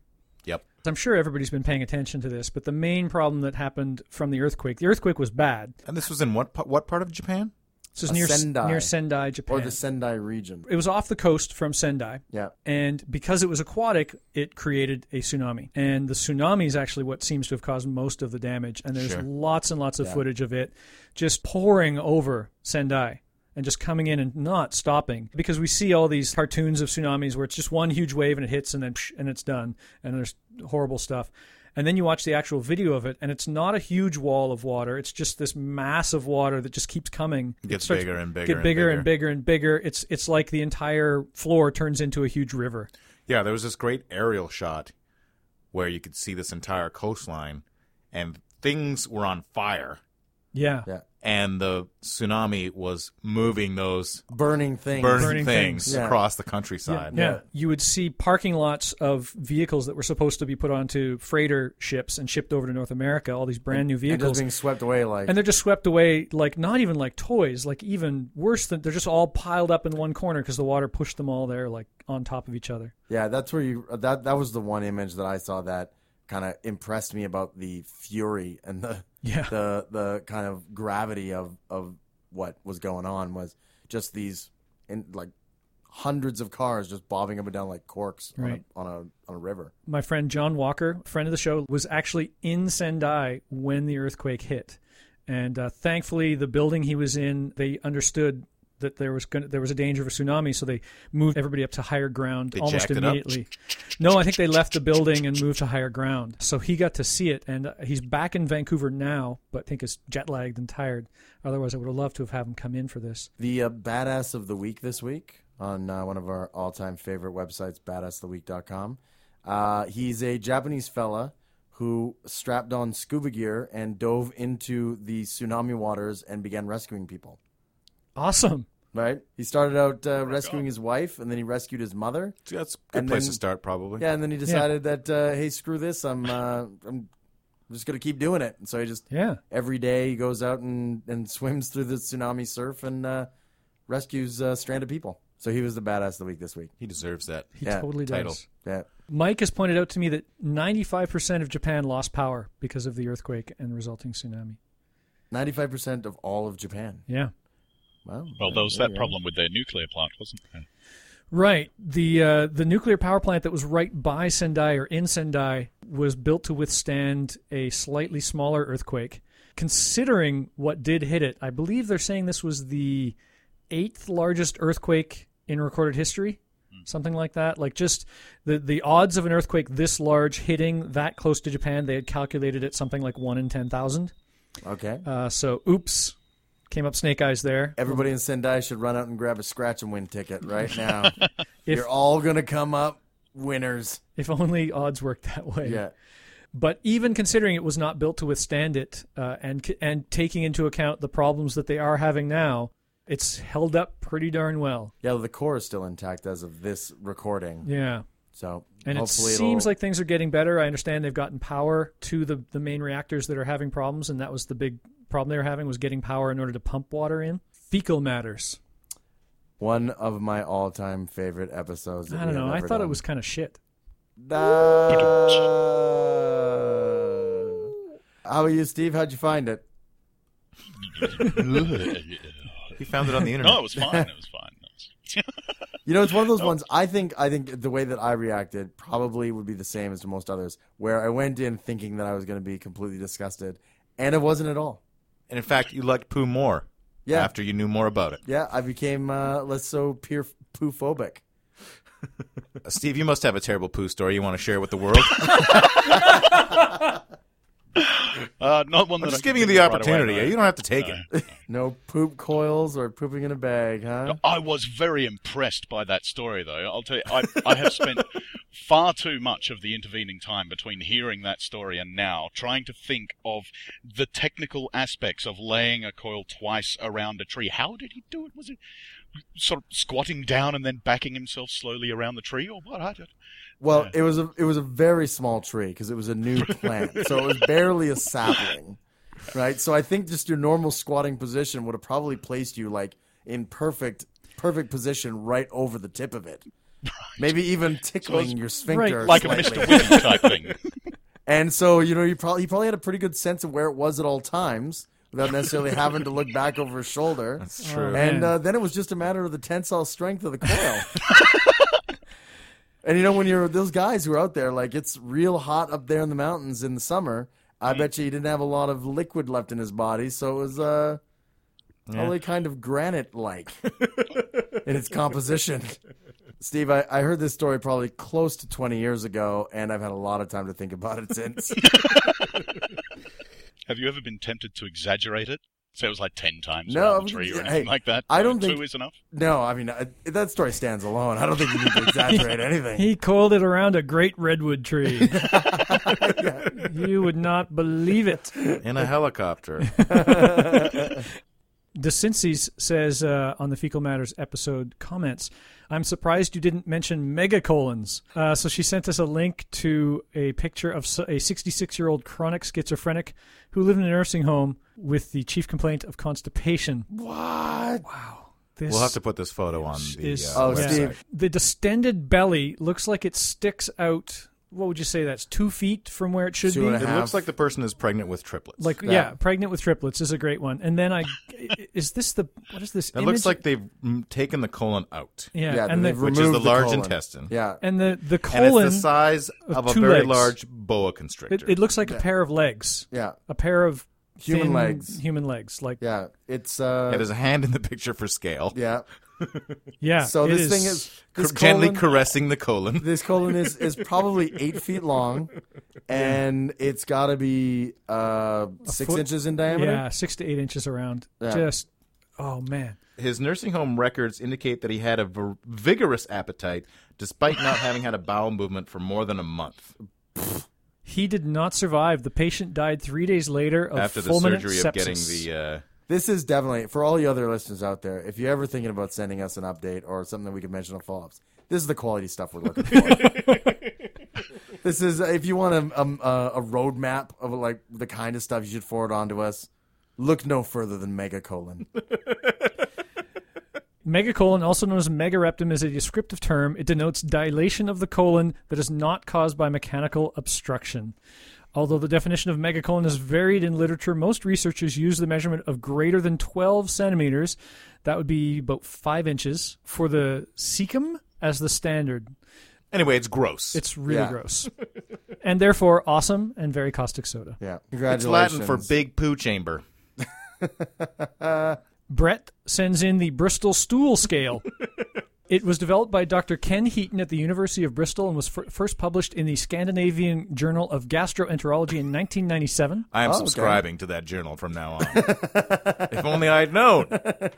Speaker 2: Yep.
Speaker 3: I'm sure everybody's been paying attention to this, but the main problem that happened from the earthquake, the earthquake was bad.
Speaker 2: And this was in what pa- what part of Japan?
Speaker 3: This is
Speaker 1: Uh,
Speaker 3: near
Speaker 1: Sendai.
Speaker 3: near Sendai, Japan.
Speaker 1: Or the Sendai region.
Speaker 3: it was off the coast from Sendai.
Speaker 1: Yeah.
Speaker 3: And because it was aquatic, it created a tsunami. And the tsunami is actually what seems to have caused most of the damage. And there's
Speaker 2: Sure.
Speaker 3: lots and lots of footage of it just pouring over Sendai and just coming in and not stopping. Because we see all these cartoons of tsunamis where it's just one huge wave and it hits and then psh, and it's done. And there's horrible stuff. And then you watch the actual video of it, and it's not a huge wall of water. It's just this mass of water that just keeps coming. It
Speaker 2: Gets
Speaker 3: starts-
Speaker 2: bigger and bigger
Speaker 3: Get
Speaker 2: and
Speaker 3: bigger and
Speaker 2: bigger.
Speaker 3: bigger and bigger. It's it's like the entire floor turns into a huge river.
Speaker 2: Yeah, there was this great aerial shot where you could see this entire coastline, and things were on fire,
Speaker 3: Yeah.
Speaker 1: Yeah.
Speaker 2: and the tsunami was moving those
Speaker 1: Burning things.
Speaker 2: burning,
Speaker 3: Burning
Speaker 2: things,
Speaker 3: things.
Speaker 1: Yeah.
Speaker 2: across the countryside.
Speaker 3: Yeah. You would see parking lots of vehicles that were supposed to be put onto freighter ships and shipped over to North America, all these brand new
Speaker 1: And just
Speaker 3: vehicles.
Speaker 1: being swept away like.
Speaker 3: And they're just swept away like not even like toys, like even worse than they're just all piled up in one corner because the water pushed them all there like on top of each other.
Speaker 1: yeah, that's where you. That, that was the one image that I saw that kind of impressed me about the fury and the.
Speaker 3: Yeah.
Speaker 1: the the kind of gravity of of what was going on was just these in like hundreds of cars just bobbing up and down like corks
Speaker 3: Right.
Speaker 1: on, a, on a on a river.
Speaker 3: My friend John Walker, friend of the show, was actually in Sendai when the earthquake hit, and uh, thankfully the building he was in, they understood that there was gonna, there was a danger of a tsunami, so they moved everybody up to higher ground almost
Speaker 2: jacked it up.
Speaker 3: immediately. No, I think they left the building and moved to higher ground, so he got to see it, and uh, he's back in Vancouver now, but I think is jet lagged and tired. Otherwise, I would have loved to have had him come in for this.
Speaker 1: The uh, badass of the week this week on uh, one of our all-time favorite websites, badasstheweek.com. Uh, he's a Japanese fella who strapped on scuba gear and dove into the tsunami waters and began rescuing people.
Speaker 3: Awesome.
Speaker 1: Right? He started out uh, rescuing his wife, and then he rescued his mother.
Speaker 2: So That's a good
Speaker 1: And
Speaker 2: place
Speaker 1: then-
Speaker 2: to start, probably.
Speaker 1: Yeah, and then he decided that uh, hey, screw this, I'm uh, I'm just gonna keep doing it. And so he just
Speaker 3: Yeah.
Speaker 1: every day he goes out and and swims through the tsunami surf and uh, rescues uh, stranded people. So he was the badass of the week this week.
Speaker 2: He deserves that.
Speaker 3: He
Speaker 1: Yeah,
Speaker 3: totally does.
Speaker 2: title.
Speaker 1: Yeah,
Speaker 3: Mike has pointed out to me that 95% of Japan lost power because of the earthquake and resulting tsunami.
Speaker 1: Ninety-five percent of all of Japan.
Speaker 3: Yeah.
Speaker 1: Wow.
Speaker 4: Well, there was
Speaker 1: There
Speaker 4: that
Speaker 1: you go.
Speaker 4: problem with their nuclear plant, wasn't there?
Speaker 3: Right. The uh, the nuclear power plant that was right by Sendai or in Sendai was built to withstand a slightly smaller earthquake. Considering what did hit it, I believe they're saying this was the eighth largest earthquake in recorded history, something like that. Like just the the odds of an earthquake this large hitting that close to Japan, they had calculated it something like one in ten thousand.
Speaker 1: Okay.
Speaker 3: Uh, so, oops, came up snake eyes there.
Speaker 1: Everybody in Sendai should run out and grab a scratch and win ticket right now.
Speaker 3: If-
Speaker 1: You're all gonna come up winners.
Speaker 3: If only odds worked that way.
Speaker 1: Yeah.
Speaker 3: But even considering it was not built to withstand it, uh, and and taking into account the problems that they are having now, it's held up pretty darn well.
Speaker 1: Yeah, the core is still intact as of this recording.
Speaker 3: Yeah,
Speaker 1: So
Speaker 3: and
Speaker 1: hopefully
Speaker 3: it seems like things are getting better. I understand they've gotten power to the the main reactors that are having problems, and that was the big problem they were having was getting power in order to pump water in. Fecal matters.
Speaker 1: one of my all time favorite episodes. that
Speaker 3: I don't
Speaker 1: we have
Speaker 3: know. I
Speaker 1: ever
Speaker 3: thought it
Speaker 1: done.
Speaker 3: was kind of shit.
Speaker 1: No. How are you, Steve? How'd you find it?
Speaker 2: He found it on the internet.
Speaker 4: no, it was fine. It was fine. It was-
Speaker 1: You know, it's one of those ones. I think I think the way that I reacted probably would be the same as to most others, where I went in thinking that I was going to be completely disgusted, and it wasn't at all.
Speaker 2: And in fact, you liked poo more
Speaker 1: Yeah.
Speaker 2: after you knew more about it.
Speaker 1: Yeah, I became uh, less so peer poo phobic.
Speaker 2: Uh, Steve, you must have a terrible poo story you want to share with the world.
Speaker 4: Uh, not one
Speaker 2: I'm
Speaker 4: that I
Speaker 2: just
Speaker 4: can
Speaker 2: giving you
Speaker 4: think
Speaker 2: the
Speaker 4: of right away,
Speaker 2: opportunity.
Speaker 4: no.
Speaker 2: you don't have to take it.
Speaker 1: No poop coils or pooping in a bag, huh?
Speaker 4: I was very impressed by that story, though. I'll tell you, I, I have spent far too much of the intervening time between hearing that story and now trying to think of the technical aspects of laying a coil twice around a tree. How did he do it? Was it sort of squatting down and then backing himself slowly around the tree, or what? I don't.
Speaker 1: Well, it was a it was a very small tree because it was a new plant, so it was barely a sapling, right? So I think just your normal squatting position would have probably placed you like in perfect perfect position right over the tip of it, maybe even tickling your sphincter
Speaker 3: right,
Speaker 4: Like a
Speaker 1: slightly.
Speaker 4: Mr. William type thing.
Speaker 1: And so you know you probably he probably had a pretty good sense of where it was at all times without necessarily having to look back over his shoulder.
Speaker 2: It's true.
Speaker 3: man.
Speaker 1: And uh, then it was just a matter of the tensile strength of the coil. and you know, when you're those guys who are out there, like it's real hot up there in the mountains in the summer. I bet you he didn't have a lot of liquid left in his body, so it was uh, probably kind of granite-like in its composition. Steve, I, I heard this story probably close to 20 years ago, and I've had a lot of time to think about it since.
Speaker 4: Have you ever been tempted to exaggerate it? Say it was like ten times
Speaker 1: No, I
Speaker 4: around the
Speaker 1: was-
Speaker 4: tree or
Speaker 1: yeah,
Speaker 4: anything
Speaker 1: hey,
Speaker 4: like that.
Speaker 1: I
Speaker 4: Uh,
Speaker 1: don't
Speaker 4: two
Speaker 1: think-
Speaker 4: is enough.
Speaker 1: no, I mean, I, that story stands alone. I don't think you need to exaggerate anything.
Speaker 3: He coiled it around a great redwood tree. you would not believe it.
Speaker 2: In a helicopter.
Speaker 3: DeCincy's says uh, on the Fecal Matters episode comments, I'm surprised you didn't mention megacolons. Uh, so she sent us a link to a picture of s- a 66 year old chronic schizophrenic who lived in a nursing home with the chief complaint of constipation.
Speaker 1: What?
Speaker 3: This
Speaker 2: We'll have to put this photo on the
Speaker 3: is-
Speaker 2: uh,
Speaker 1: Oh,
Speaker 2: website.
Speaker 1: Steve.
Speaker 3: The distended belly looks like it sticks out, what would you say that's two feet from where it should
Speaker 1: Two
Speaker 3: be?
Speaker 1: and a
Speaker 2: It
Speaker 1: Half.
Speaker 2: looks like the person is pregnant with triplets.
Speaker 3: Like, yeah. pregnant with triplets is a great one. And then I, is this the, what is this?
Speaker 2: that
Speaker 3: image?
Speaker 2: looks like they've mm, taken the colon out,
Speaker 3: yeah,
Speaker 1: Yeah,
Speaker 3: and
Speaker 1: they've
Speaker 3: the,
Speaker 2: which is
Speaker 1: Remove
Speaker 2: the
Speaker 1: the
Speaker 2: large
Speaker 1: colon.
Speaker 2: intestine.
Speaker 1: Yeah.
Speaker 3: and the, the
Speaker 2: And
Speaker 3: colon.
Speaker 2: it's the size
Speaker 3: of
Speaker 2: of a
Speaker 3: two
Speaker 2: very
Speaker 3: legs.
Speaker 2: large boa constrictor.
Speaker 3: It, it looks like a pair of legs.
Speaker 1: Yeah.
Speaker 3: A pair of
Speaker 1: Human
Speaker 3: thin
Speaker 1: legs.
Speaker 3: Human legs. Like yeah.
Speaker 1: Yeah, it's uh,
Speaker 2: Yeah, there's a hand in the picture for scale,
Speaker 1: yeah. So
Speaker 3: it
Speaker 1: this thing is this
Speaker 2: Cr- gently
Speaker 1: colon,
Speaker 2: caressing the colon.
Speaker 1: this colon is is probably eight feet long, and it's got to be uh six
Speaker 3: foot-
Speaker 1: inches in diameter.
Speaker 3: yeah, six to eight inches around.
Speaker 1: Yeah.
Speaker 3: Just oh man.
Speaker 2: His nursing home records indicate that he had a v- vigorous appetite, despite not having had a bowel movement for more than a month
Speaker 3: He did not survive. The patient died three days later of
Speaker 2: after the
Speaker 3: fulminant
Speaker 2: surgery
Speaker 3: sepsis.
Speaker 2: of getting the. Uh,
Speaker 1: This is definitely for all you other listeners out there. If you're ever thinking about sending us an update or something that we could mention on follow ups, this is the quality stuff we're looking for. this is if you want a, um, a a roadmap of like the kind of stuff you should forward on to us. Look no further than mega colon.
Speaker 3: Megacolon, also known as megareptum, is a descriptive term. It denotes dilation of the colon that is not caused by mechanical obstruction. Although the definition of megacolon is varied in literature, most researchers use the measurement of greater than 12 centimeters, that would be about 5 inches, for the cecum as the standard.
Speaker 2: Anyway, it's gross.
Speaker 3: It's really
Speaker 1: Yeah.
Speaker 3: gross. and therefore awesome and very caustic soda.
Speaker 1: Yeah.
Speaker 2: It's
Speaker 1: Congratulations.
Speaker 2: Latin for big poo chamber.
Speaker 3: Brett sends in the Bristol stool scale. it was developed by Dr. Ken Heaton at the University of Bristol and was fir- first published in the Scandinavian Journal of Gastroenterology in 1997.
Speaker 2: I am
Speaker 1: Oh, okay.
Speaker 2: subscribing to that journal from now on. if only I'd known.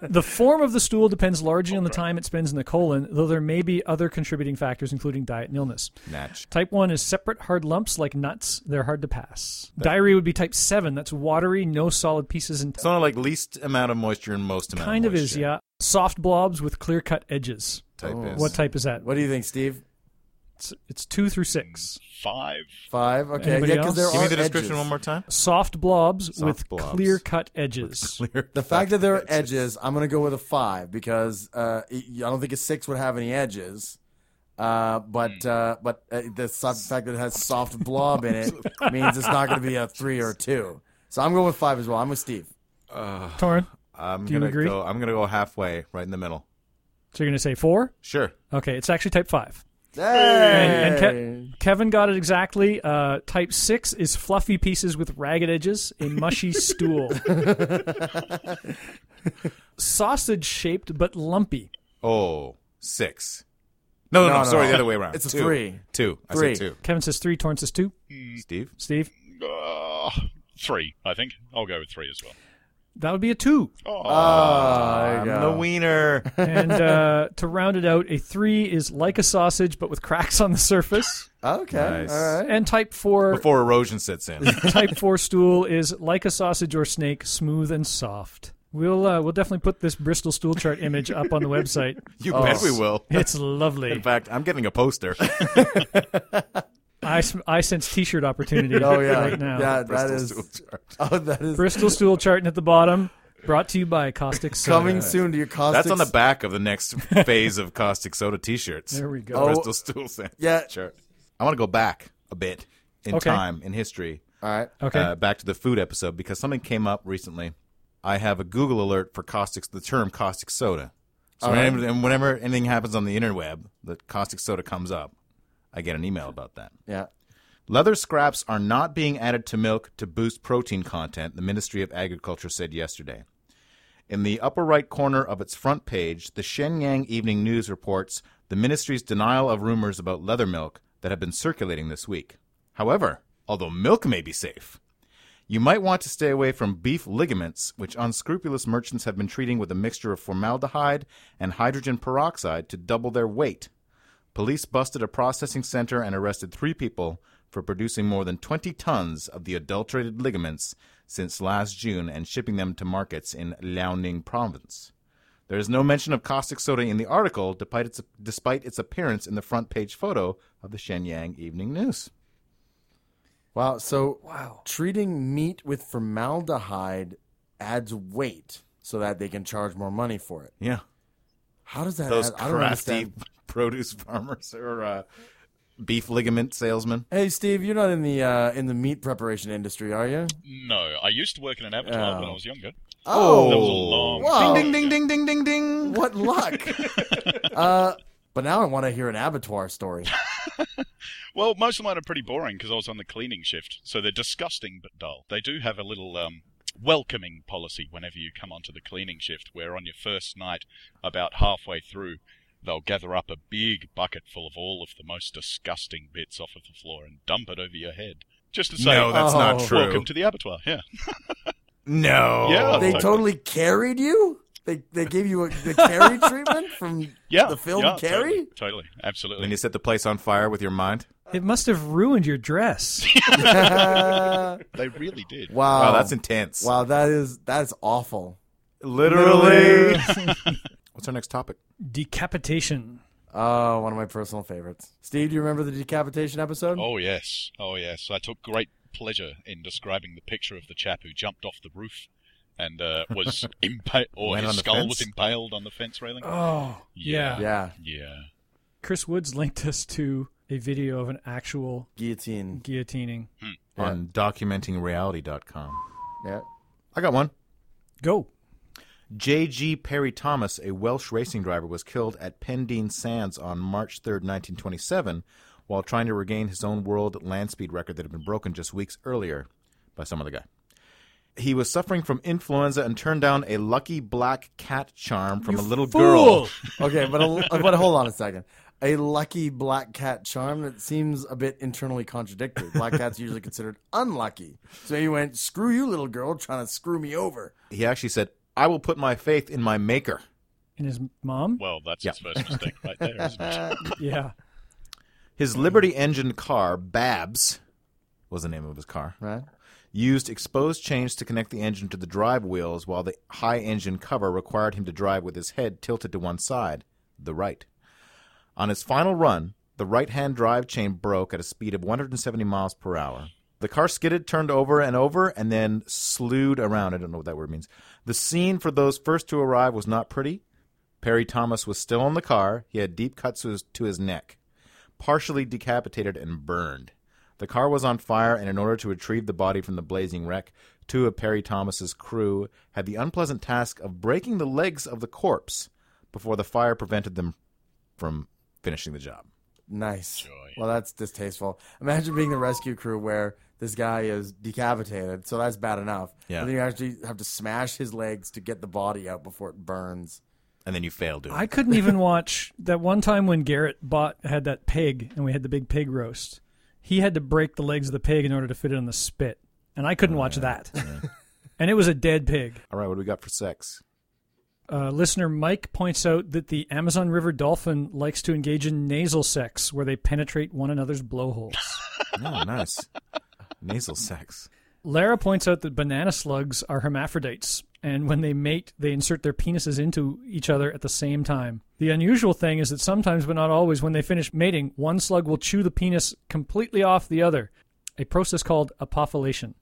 Speaker 3: The form of the stool depends largely on the time it spends in the colon, though there may be other contributing factors, including diet and illness.
Speaker 2: Natch.
Speaker 3: Type 1 is separate hard lumps like nuts. They're hard to pass. Diarrhea would be type 7. That's watery, no solid pieces, and
Speaker 2: It's not like least amount of moisture and most amount.
Speaker 3: kind
Speaker 2: of,
Speaker 3: of is,
Speaker 2: moisture
Speaker 3: yeah. Soft blobs with clear cut edges.
Speaker 2: Type
Speaker 1: Oh.
Speaker 2: is.
Speaker 3: What type is that?
Speaker 1: What do you think, Steve?
Speaker 3: It's, it's 2 through 6.
Speaker 4: Five.
Speaker 1: Five. Okay.
Speaker 3: Anybody
Speaker 1: yeah, 'cause
Speaker 3: else?
Speaker 1: there
Speaker 2: Give me
Speaker 1: are
Speaker 2: the description
Speaker 1: edges.
Speaker 2: one more time.
Speaker 3: soft blobs
Speaker 2: Soft
Speaker 3: with
Speaker 2: blobs.
Speaker 3: clear cut edges.
Speaker 2: Clear.
Speaker 1: The fact that there are edges, I'm going to go with a five because uh, I don't think a six would have any edges. Uh, but uh, but uh, the so- fact that it has soft blob in it means it's not going to be a three or a two. So I'm going with five as well. I'm with Steve.
Speaker 3: Torrin,
Speaker 2: I'm
Speaker 3: Do you
Speaker 2: gonna
Speaker 3: agree?
Speaker 2: go. I'm gonna go halfway, right in the middle.
Speaker 3: so you're going to say four?
Speaker 2: Sure.
Speaker 3: Okay, it's actually type five.
Speaker 1: Hey!
Speaker 3: And, and Ke- Kevin got it exactly. Uh, type six is fluffy pieces with ragged edges, a mushy stool. Sausage shaped but lumpy.
Speaker 2: Oh, six. No, no,
Speaker 1: No,
Speaker 2: no,
Speaker 1: no,
Speaker 2: sorry,
Speaker 1: no.
Speaker 2: the other way around.
Speaker 1: It's a
Speaker 2: Two.
Speaker 1: three.
Speaker 2: Two. I
Speaker 1: Three.
Speaker 2: said two.
Speaker 3: Kevin says three, Torrin says two.
Speaker 2: Steve.
Speaker 3: Steve,
Speaker 4: Uh, three, I think. I'll go with three as well. Oh,
Speaker 3: that would be a two.
Speaker 1: Ah, there you
Speaker 2: I'm
Speaker 1: go.
Speaker 2: the wiener.
Speaker 3: And uh, to round it out, a three is like a sausage but with cracks on the surface.
Speaker 1: Okay.
Speaker 2: Nice.
Speaker 1: All right.
Speaker 3: And type four
Speaker 2: Before erosion sits in.
Speaker 3: type four stool is like a sausage or snake, smooth and soft. We'll uh, we'll definitely put this Bristol stool chart image up on the website.
Speaker 2: You
Speaker 1: Oh.
Speaker 2: bet we will.
Speaker 3: It's
Speaker 2: In
Speaker 3: lovely.
Speaker 2: fact, I'm getting a poster.
Speaker 3: I, s- I sense T-shirt opportunity
Speaker 1: Oh yeah.
Speaker 3: right now.
Speaker 1: Yeah. That
Speaker 2: Bristol
Speaker 1: is.
Speaker 2: stool chart.
Speaker 1: Oh, that is
Speaker 3: Bristol stool chart at the bottom, brought to you by Caustic Soda.
Speaker 1: coming soon to your caustic.
Speaker 2: That's on the back of the next phase of caustic soda T-shirts.
Speaker 3: There we go.
Speaker 1: Oh.
Speaker 2: Bristol stool sand.
Speaker 1: Yeah.
Speaker 2: Chart. I want to go back a bit in
Speaker 3: Okay.
Speaker 2: time in history.
Speaker 1: All right.
Speaker 3: Okay.
Speaker 2: uh, back to the food episode because something came up recently. I have a Google alert for caustic, the term caustic soda. So whenever, and whenever anything happens on the interweb, the caustic soda comes up. I get an email about that.
Speaker 1: Yeah.
Speaker 2: Leather scraps are not being added to milk to boost protein content, the Ministry of Agriculture said yesterday. In the upper right corner of its front page, the Shenyang Evening News reports the ministry's denial of rumors about leather milk that have been circulating this week. However, although milk may be safe, you might want to stay away from beef ligaments, which unscrupulous merchants have been treating with a mixture of formaldehyde and hydrogen peroxide to double their weight. Police busted a processing center and arrested three people for producing more than 20 tons of the adulterated ligaments since last June and shipping them to markets in Liaoning province. There is no mention of caustic soda in the article, despite its, despite its appearance in the front page photo of the Shenyang Evening News.
Speaker 1: Wow. So wow. treating meat with formaldehyde adds weight so that they can charge more money for it.
Speaker 2: Yeah,
Speaker 1: How does that
Speaker 2: those
Speaker 1: add? I don't
Speaker 2: crafty
Speaker 1: understand.
Speaker 2: produce farmers or uh, beef ligament salesmen.
Speaker 1: Hey Steve, you're not in the uh, in the meat preparation industry, are you?
Speaker 4: No, I used to work in an abattoir
Speaker 1: Oh.
Speaker 4: when I was younger. That was a
Speaker 1: Oh,
Speaker 4: long.
Speaker 1: Wow.
Speaker 2: Ding ding ding ding ding ding ding.
Speaker 1: Oh, what luck! uh, but now I want to hear an abattoir story.
Speaker 4: Well, most of mine are pretty boring because I was on the cleaning shift, so they're disgusting but dull. They do have a little um, welcoming policy whenever you come onto the cleaning shift, where on your first night, about halfway through, they'll gather up a big bucket full of all of the most disgusting bits off of the floor and dump it over your head, just to say,
Speaker 2: No, that's not
Speaker 1: Oh.
Speaker 2: true.
Speaker 4: "Welcome to the abattoir." Yeah.
Speaker 2: No.
Speaker 4: Yeah.
Speaker 1: They
Speaker 4: Oh.
Speaker 1: totally carried you. They they gave you a, the carry treatment from
Speaker 4: Yeah,
Speaker 1: the film
Speaker 4: yeah,
Speaker 1: Carry.
Speaker 4: Totally, totally. absolutely.
Speaker 2: When you set the place on fire with your mind.
Speaker 3: it must have ruined your dress.
Speaker 1: wow!
Speaker 4: They really did.
Speaker 2: Wow, that's intense.
Speaker 1: Wow, that is that's awful.
Speaker 2: Literally. What's our next topic?
Speaker 3: Decapitation.
Speaker 1: Oh, one of my personal favorites. Steve, do you remember the decapitation episode?
Speaker 2: Um,
Speaker 4: Oh yes, oh yes. I took great pleasure in describing the picture of the chap who jumped off the roof and uh, was impaled, or
Speaker 2: Went on
Speaker 4: his
Speaker 2: the
Speaker 4: skull
Speaker 2: fence?
Speaker 4: was impaled on the fence railing.
Speaker 3: Oh, yeah.
Speaker 1: Yeah,
Speaker 4: yeah.
Speaker 3: Chris Woods linked us to a video of an actual
Speaker 1: guillotine.
Speaker 3: guillotining.
Speaker 1: Yeah.
Speaker 2: on documentingreality.com.
Speaker 1: Yeah.
Speaker 2: I got one.
Speaker 3: Go.
Speaker 2: J.G. Perry Thomas, a Welsh racing driver, was killed at Pendine Sands on March 3, 1927, while trying to regain his own world land speed record that had been broken just weeks earlier by some other guy. He was suffering from influenza and turned down a lucky black cat charm from a little girl.
Speaker 1: Okay, but a, but hold on a second. A lucky black cat charm that seems a bit internally contradictory. Black cats are usually considered unlucky. So he went, "Screw you, little girl, trying to screw me over."
Speaker 2: He actually said, I will put my faith in my maker.
Speaker 3: And his mom?
Speaker 4: Well, that's his
Speaker 2: Yeah.
Speaker 4: first mistake right there, isn't it?
Speaker 3: Yeah.
Speaker 2: His Liberty engined car, Babs, was the name of his car.
Speaker 1: Right?
Speaker 2: used exposed chains to connect the engine to the drive wheels while the high engine cover required him to drive with his head tilted to one side, the right. On his final run, the right hand drive chain broke at a speed of 170 miles per hour. The car skidded, turned over and over, and then slewed around. I don't know what that word means. The scene for those first to arrive was not pretty. Perry Thomas was still in the car. He had deep cuts to his, to his neck, partially decapitated and burned. The car was on fire, and in order to retrieve the body from the blazing wreck, two of Perry Thomas's crew had the unpleasant task of breaking the legs of the corpse before the fire prevented them from finishing the job.
Speaker 1: Nice. Well, that's distasteful. Imagine being the rescue crew where this guy is decapitated, so that's bad enough.
Speaker 2: Yeah.
Speaker 1: And then you actually have to smash his legs to get the body out before it burns.
Speaker 2: And then you fail doing
Speaker 3: I
Speaker 2: it.
Speaker 3: couldn't even watch that one time when Garrett bought had that pig and we had the big pig roast. He had to break the legs of the pig in order to fit it on the spit, and I couldn't watch that. and it was a dead pig.
Speaker 2: All right, what do we got for sex?
Speaker 3: Uh, listener Mike points out that the Amazon River dolphin likes to engage in nasal sex, where they penetrate one another's blowholes.
Speaker 2: Oh, nice. Nasal sex.
Speaker 3: Lara points out that banana slugs are hermaphrodites, and when they mate, they insert their penises into each other at the same time. The unusual thing is that sometimes, but not always, when they finish mating, one slug will chew the penis completely off the other, a process called apophilation.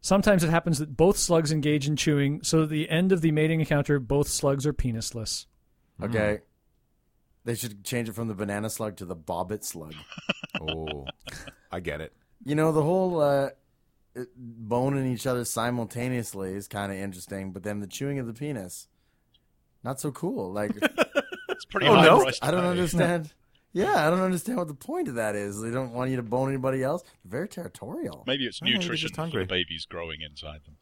Speaker 3: Sometimes it happens that both slugs engage in chewing, so that at the end of the mating encounter, both slugs are penisless.
Speaker 1: Okay. They should change it from the banana slug to the bobbit slug.
Speaker 2: Oh, I get it.
Speaker 1: You know, the whole uh, it- boning each other simultaneously is kind of interesting, but then the chewing of the penis, not so cool. Like,
Speaker 4: It's pretty
Speaker 2: Oh,
Speaker 4: high
Speaker 2: no?
Speaker 4: priced
Speaker 1: I don't
Speaker 4: today.
Speaker 1: understand. Yeah, I don't understand what the point of that is. They don't want you to bone anybody else. Very territorial.
Speaker 4: Maybe it's
Speaker 2: Oh, maybe they're
Speaker 4: nutrition
Speaker 2: just
Speaker 4: for
Speaker 2: hungry.
Speaker 4: the babies growing inside them.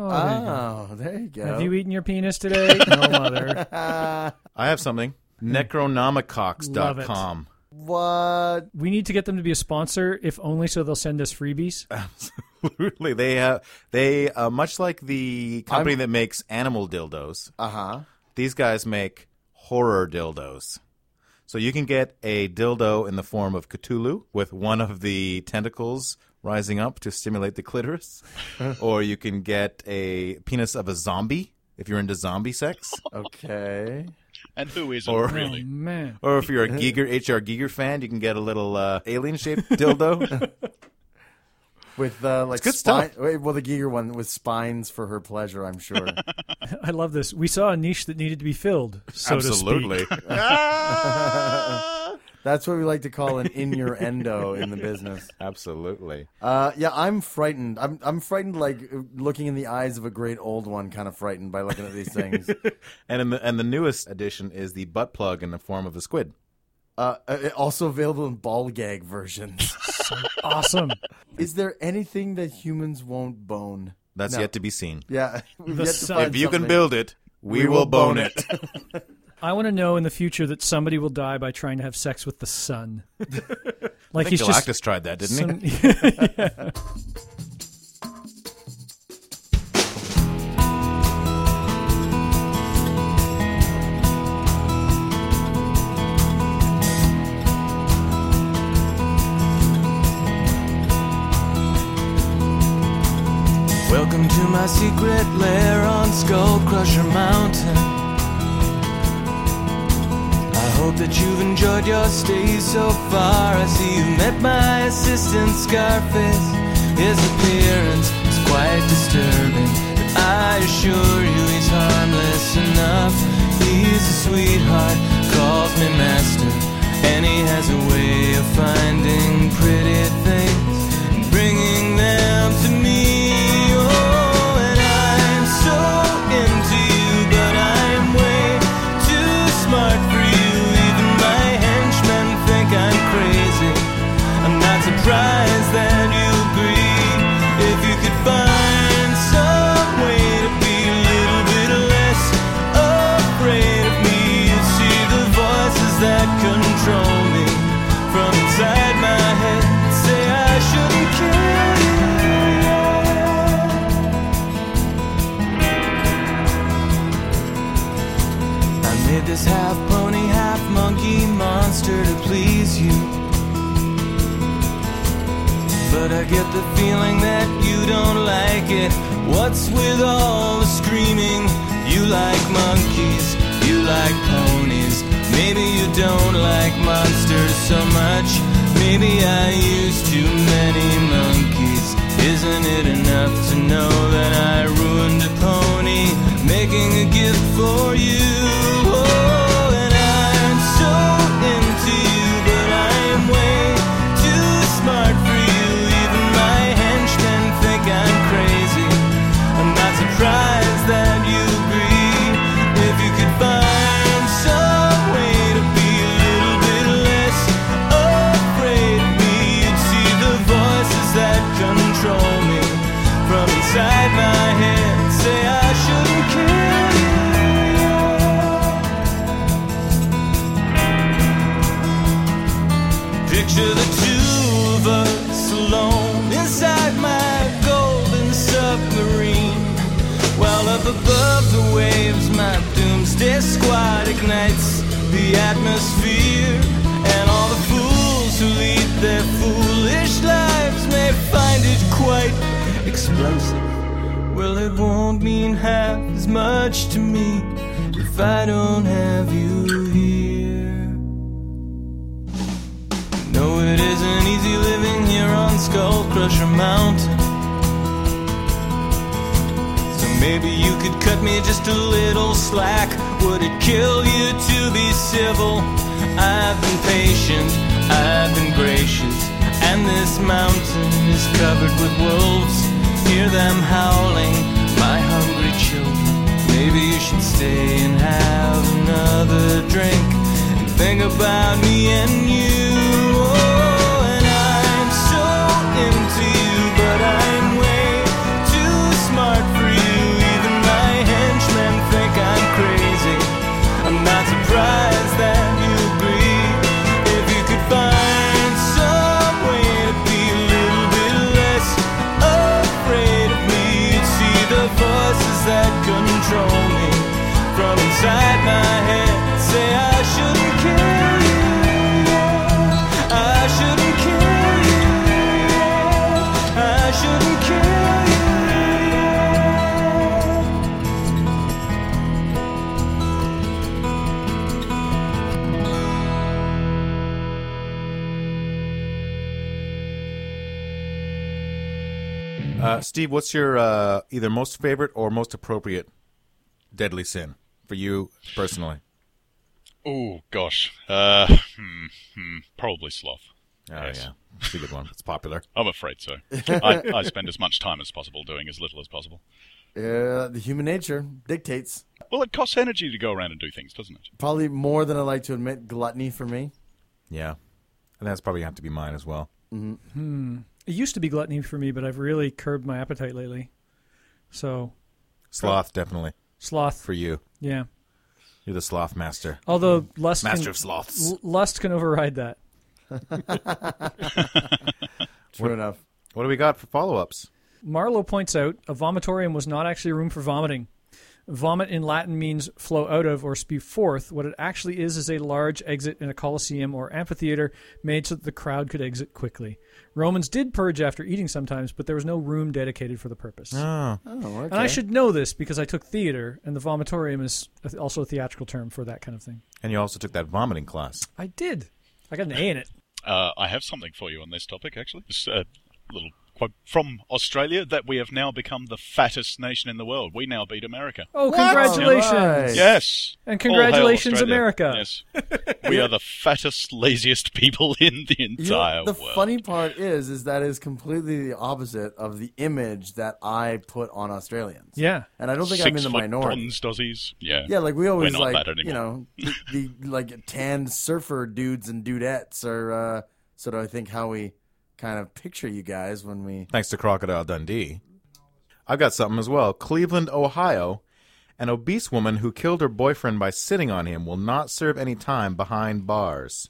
Speaker 3: Oh, there you go.
Speaker 1: Oh, there you go.
Speaker 3: Have you eaten your penis today? no, mother.
Speaker 2: I have something. Necronomicox.com.
Speaker 1: what?
Speaker 3: We need to get them to be a sponsor, if only so they'll send us freebies.
Speaker 2: Absolutely. They uh, they uh, much like the company
Speaker 1: I'm-
Speaker 2: that makes animal dildos.
Speaker 1: Uh huh.
Speaker 2: These guys make horror dildos. So you can get a dildo in the form of Cthulhu with one of the tentacles rising up to stimulate the clitoris, or you can get a penis of a zombie if you're into zombie sex,
Speaker 1: Okay.
Speaker 4: And who isn't
Speaker 2: Or-
Speaker 3: Oh,
Speaker 4: really?
Speaker 3: man.
Speaker 2: or if you're a Giger HR Giger fan, you can get a little uh, alien shaped dildo.
Speaker 1: With uh, like
Speaker 2: good
Speaker 1: spine-
Speaker 2: stuff.
Speaker 1: Wait, well, the Giger one with spines for her pleasure, I'm sure.
Speaker 3: I love this. We saw a niche that needed to be filled. So To speak.
Speaker 2: Absolutely.
Speaker 1: That's what we like to call an innuendo in the business.
Speaker 2: Absolutely.
Speaker 1: Uh, yeah, I'm frightened. I'm I'm frightened, like looking in the eyes of a great old one, kind of frightened by looking at these things.
Speaker 2: And in the, and the newest edition is the butt plug in the form of a squid.
Speaker 1: Uh, uh, also available in ball gag versions.
Speaker 3: Awesome.
Speaker 1: Is there anything that humans won't bone?
Speaker 2: That's
Speaker 1: No.
Speaker 2: yet to be seen.
Speaker 1: Yeah, we've
Speaker 3: The
Speaker 1: yet to
Speaker 3: sun.
Speaker 1: find
Speaker 2: If you can
Speaker 1: something.
Speaker 2: build it, we, will, bone it.
Speaker 3: I want to know in the future that somebody will die by trying to have sex with the sun. Like
Speaker 2: I
Speaker 3: he's
Speaker 2: think Galactus
Speaker 3: just
Speaker 2: tried that, didn't he?
Speaker 3: some-
Speaker 5: Welcome to my secret lair on Skull Crusher Mountain. I hope that you've enjoyed your stay so far. I see you've met my assistant Scarface. His appearance is quite disturbing, but I He's a sweetheart, calls me master, and he has a way of finding pretty things and bringing them to me. Oh, and I'm so into you, but I'm way too smart for you. Even my henchmen think I'm crazy. I'm not surprised that you agree. If you could find some way to be a little bit less afraid of me, you'd see the voices that control me from inside my head. Say I shouldn't kill you. I made this half pony, half monkey monster to please you. But I get the feeling that you don't like it. What's with all the screaming? You like monkeys, you like ponies. Maybe you don't like monsters so much. Maybe I use too many monkeys. Isn't it enough to know that I ruined a pony? Making a gift for you. Oh, and I'm so into you, but I'm way too smart for you. Even my henchmen think I'm crazy. I'm not surprised that you agree. If you could find some way to be a little bit less afraid of me, you'd see the voices that control me from inside my head. Say I shouldn't kill you. Picture the two of us alone inside my golden submarine. While up above the waves, my doomsday squad ignites the atmosphere. And all the fools who lead their foolish lives may find it quite explosive. Well, it won't mean half as much to me if I don't have you here. No, it isn't easy living here on Skull Crusher Mountain. So maybe you could cut me just a little slack. Would it kill you to be civil? I've been patient, I've been gracious, and this mountain is covered with wolves. Hear them howling, my hungry children. Maybe you should stay and have another drink and think about me and you. Oh, and I'm so into you, but I'm way too smart for you. Even my henchmen think I'm crazy. I'm not surprised that you agree. If you could find some way to be a little bit less afraid of me, you'd see the voices that control me from inside my head. Say I shouldn't kill you. I shouldn't kill you. I shouldn't kill you.
Speaker 2: Uh, Steve, what's your uh, either most favorite or most appropriate deadly sin for you personally?
Speaker 4: Oh gosh, uh, hmm, hmm, probably sloth.
Speaker 2: Oh,
Speaker 4: Yes.
Speaker 2: yeah. It's a good one. It's popular.
Speaker 4: I'm afraid so. I, I spend as much time as possible doing as little as possible.
Speaker 1: Yeah, the human nature dictates.
Speaker 4: Well, it costs energy to go around and do things, doesn't it?
Speaker 1: Probably more than I like to admit, gluttony for me.
Speaker 2: Yeah. And that's probably have to be mine as well.
Speaker 3: It used to be gluttony for me, but I've really curbed my appetite lately. So
Speaker 2: Sloth, definitely.
Speaker 3: sloth,
Speaker 2: For you.
Speaker 3: yeah.
Speaker 2: You're the sloth master.
Speaker 3: Although lust,
Speaker 2: Master
Speaker 3: can,
Speaker 2: of sloths.
Speaker 3: l- lust can override that.
Speaker 1: True enough.
Speaker 2: What do we got for follow ups?
Speaker 3: Marlowe points out a vomitorium was not actually a room for vomiting. Vomit in Latin means flow out of or spew forth. What it actually is is a large exit in a coliseum or amphitheater made so that the crowd could exit quickly. Romans did purge after eating sometimes, but there was no room dedicated for the purpose.
Speaker 1: Oh, okay.
Speaker 3: And I should know this because I took theater, and the vomitorium is a- also a theatrical term for that kind of thing.
Speaker 2: And you also took that vomiting class.
Speaker 3: I did. I got an A in it.
Speaker 4: Uh, I have something for you on this topic, actually. Just a little quote, from Australia that we have now become the fattest nation in the world. We now beat America.
Speaker 3: Oh,
Speaker 2: What?
Speaker 3: congratulations!
Speaker 1: Alright.
Speaker 4: Yes.
Speaker 3: And
Speaker 4: All hail
Speaker 3: congratulations,
Speaker 4: Australia.
Speaker 3: America.
Speaker 4: Yes. We are the fattest, laziest people in the
Speaker 1: You know,
Speaker 4: entire
Speaker 1: the
Speaker 4: world.
Speaker 1: funny part is, is that is completely the opposite of the image that I put on Australians.
Speaker 3: Yeah.
Speaker 1: and I don't think
Speaker 4: Six
Speaker 1: I'm in the
Speaker 4: foot
Speaker 1: minority.
Speaker 4: Bronze Aussies. Yeah.
Speaker 1: Yeah, like we always
Speaker 4: not
Speaker 1: like
Speaker 4: that
Speaker 1: you know
Speaker 4: anymore.
Speaker 1: the, the like tanned surfer dudes and dudettes are uh, sort of I think how we kind of picture you guys when we
Speaker 2: Thanks to Crocodile Dundee. I've got something as well. Cleveland, Ohio. An obese woman who killed her boyfriend by sitting on him will not serve any time behind bars.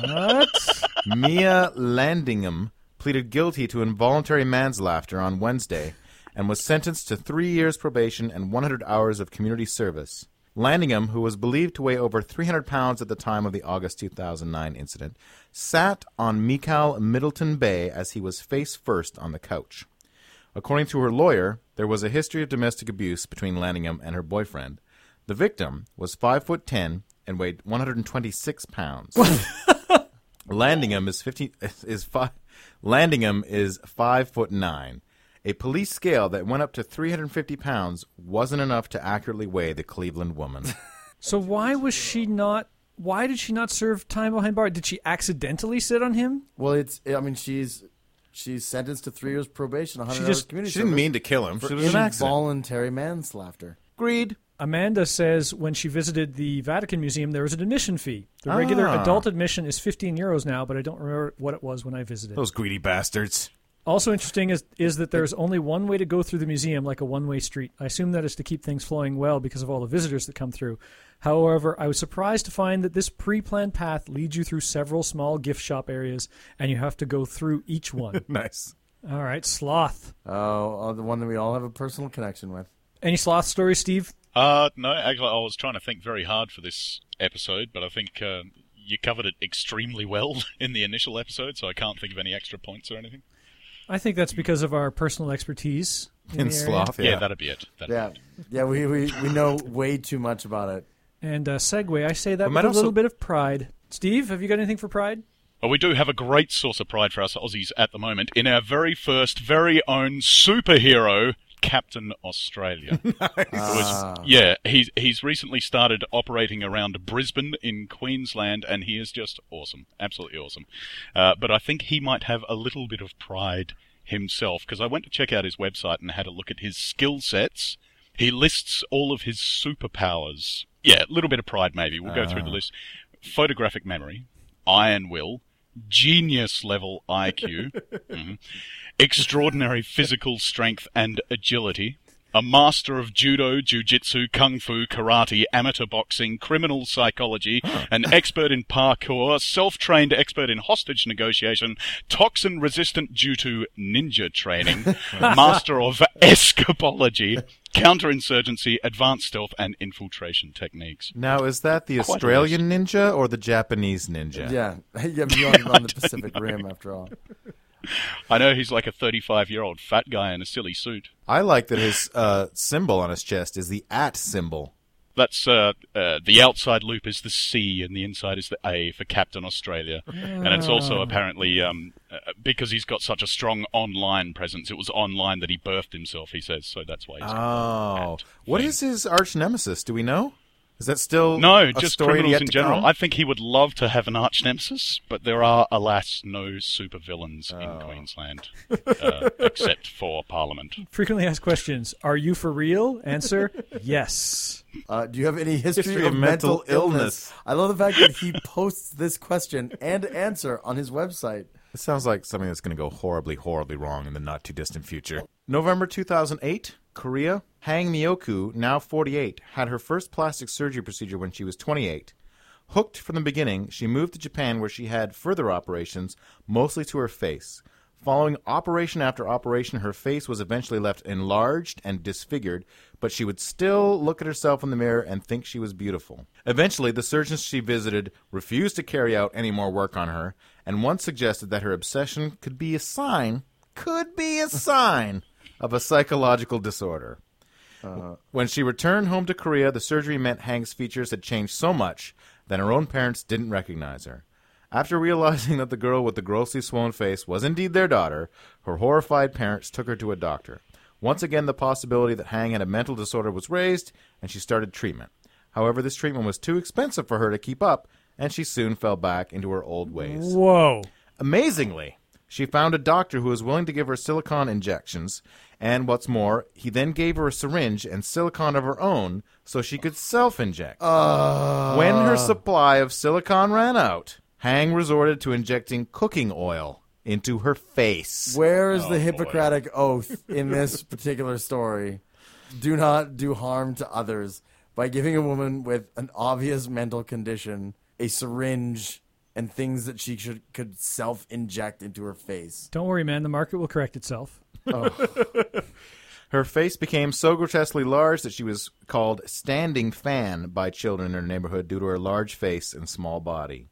Speaker 3: What?
Speaker 2: Mia Landingham pleaded guilty to involuntary manslaughter on Wednesday and was sentenced to three years probation and 100 hours of community service. Landingham, who was believed to weigh over 300 pounds at the time of the August 2009 incident, sat on Mikal Middleton Bay as he was face first on the couch. According to her lawyer, there was a history of domestic abuse between Lanningham and her boyfriend. The victim was five foot ten and weighed 126 pounds. Landingham is 15 is five. Landingham is five foot nine. A police scale that went up to 350 pounds wasn't enough to accurately weigh the Cleveland woman.
Speaker 3: so why was she not? Why did she not serve time behind bar? Did she accidentally sit on him?
Speaker 1: well it's I mean she's she's sentenced to three years probation, 100
Speaker 2: She
Speaker 1: hours
Speaker 2: just she
Speaker 1: community
Speaker 2: didn't
Speaker 1: service
Speaker 2: mean to kill him. She
Speaker 1: for
Speaker 2: was an accident.
Speaker 1: involuntary manslaughter.
Speaker 2: Greed.
Speaker 3: Amanda says when she visited the Vatican Museum, there was an admission fee. The regular
Speaker 2: Ah.
Speaker 3: adult admission is 15 euros now, but I don't remember what it was when I visited.
Speaker 2: Those greedy bastards.
Speaker 3: Also interesting is is that there's only one way to go through the museum, like a one-way street. I assume that is to keep things flowing well because of all the visitors that come through. However, I was surprised to find that this pre-planned path leads you through several small gift shop areas, and you have to go through each one.
Speaker 2: Nice.
Speaker 3: all right, sloth.
Speaker 1: Oh, oh, the one that we all have a personal connection with.
Speaker 3: Any sloth stories, Steve?
Speaker 4: Uh, no, actually, I was trying to think very hard for this episode, but I think um, you covered it extremely well in the initial episode, so I can't think of any extra points or anything.
Speaker 3: I think that's because of our personal expertise in,
Speaker 2: In
Speaker 3: the area.
Speaker 2: sloth.
Speaker 4: Yeah,
Speaker 2: Yeah.
Speaker 4: that'd be it. That'd
Speaker 1: Yeah, yeah, we, we, we know way too much about it.
Speaker 3: And uh, segue, I say that
Speaker 2: We
Speaker 3: with
Speaker 2: might
Speaker 3: a
Speaker 2: also-
Speaker 3: little bit of pride. Steve, have you got anything for pride?
Speaker 4: Well, we do have a great source of pride for us Aussies at the moment in our very first, very own superhero, Captain Australia. Who was- yeah, he's he's recently started operating around Brisbane in Queensland, and he is just awesome, absolutely awesome. Uh, but I think he might have a little bit of pride himself because I went to check out his website and had a look at his skill sets. He lists all of his superpowers. Yeah, a little bit of pride maybe. We'll go through the list. Photographic memory, iron will, genius level IQ, mhm, extraordinary physical strength and agility, a master of judo, jiu-jitsu, kung fu, karate, amateur boxing, criminal psychology, an expert in parkour, self-trained expert in hostage negotiation, toxin resistant due to ninja training, master of escapology, counterinsurgency, advanced stealth and infiltration techniques.
Speaker 2: Now is that the
Speaker 4: Quite a
Speaker 2: Australian ninja or the Japanese ninja?
Speaker 1: Yeah, yeah, you on, on the Pacific Rim after all.
Speaker 4: I know he's like a 35-year-old fat guy in a silly suit.
Speaker 2: I like that his uh, symbol on his chest is the at symbol.
Speaker 4: That's uh, uh, the outside loop is the C and the inside is the A for Captain Australia, and it's
Speaker 2: Ah.
Speaker 4: also apparently um, uh, because he's got such a strong online presence. It was online that he birthed himself. He says so. That's why. He's
Speaker 2: Oh, what is his arch nemesis? Do we know? Is that still
Speaker 4: no,
Speaker 2: a
Speaker 4: just
Speaker 2: story
Speaker 4: criminals
Speaker 2: yet
Speaker 4: in
Speaker 2: to
Speaker 4: general.
Speaker 2: come?
Speaker 4: I think he would love to have an arch nemesis, but there are, alas, no supervillains
Speaker 2: Oh.
Speaker 4: in Queensland uh, except for Parliament.
Speaker 3: Frequently asked questions. Are you for real? Answer: Yes.
Speaker 1: Uh, do you have any history, of, mental, illness? I love the fact that he posts this question and answer on his website.
Speaker 2: It sounds like something that's going to go horribly, horribly wrong in the not too distant future. November 2008, Korea. Hang Miyoku, now 48, had her first plastic surgery procedure when she was 28. Hooked from the beginning, she moved to Japan where she had further operations, mostly to her face. Following operation after operation, her face was eventually left enlarged and disfigured, but she would still look at herself in the mirror and think she was beautiful. Eventually, the surgeons she visited refused to carry out any more work on her, and once suggested that her obsession could be a sign, could be a sign of a psychological disorder. When she returned home to Korea, the surgery meant Hank's features had changed so much that her own parents didn't recognize her. After realizing that the girl with the grossly swollen face was indeed their daughter, her horrified parents took her to a doctor. Once again, the possibility that Hang had a mental disorder was raised, and she started treatment. However, this treatment was too expensive for her to keep up, and she soon fell back into her old ways.
Speaker 3: Whoa.
Speaker 2: Amazingly, she found a doctor who was willing to give her silicone injections, and what's more, he then gave her a syringe and silicone of her own so she could self inject. when her supply of silicone ran out, Hang resorted to injecting cooking oil into her face.
Speaker 1: Where is the Hippocratic oath in this particular story? Do not do harm to others by giving a woman with an obvious mental condition a syringe and things that she should could self inject into her face.
Speaker 3: Don't worry, man. The market will correct itself.
Speaker 2: Her face became so grotesquely large that she was called Standing Fan by children in her neighborhood due to her large face and small body.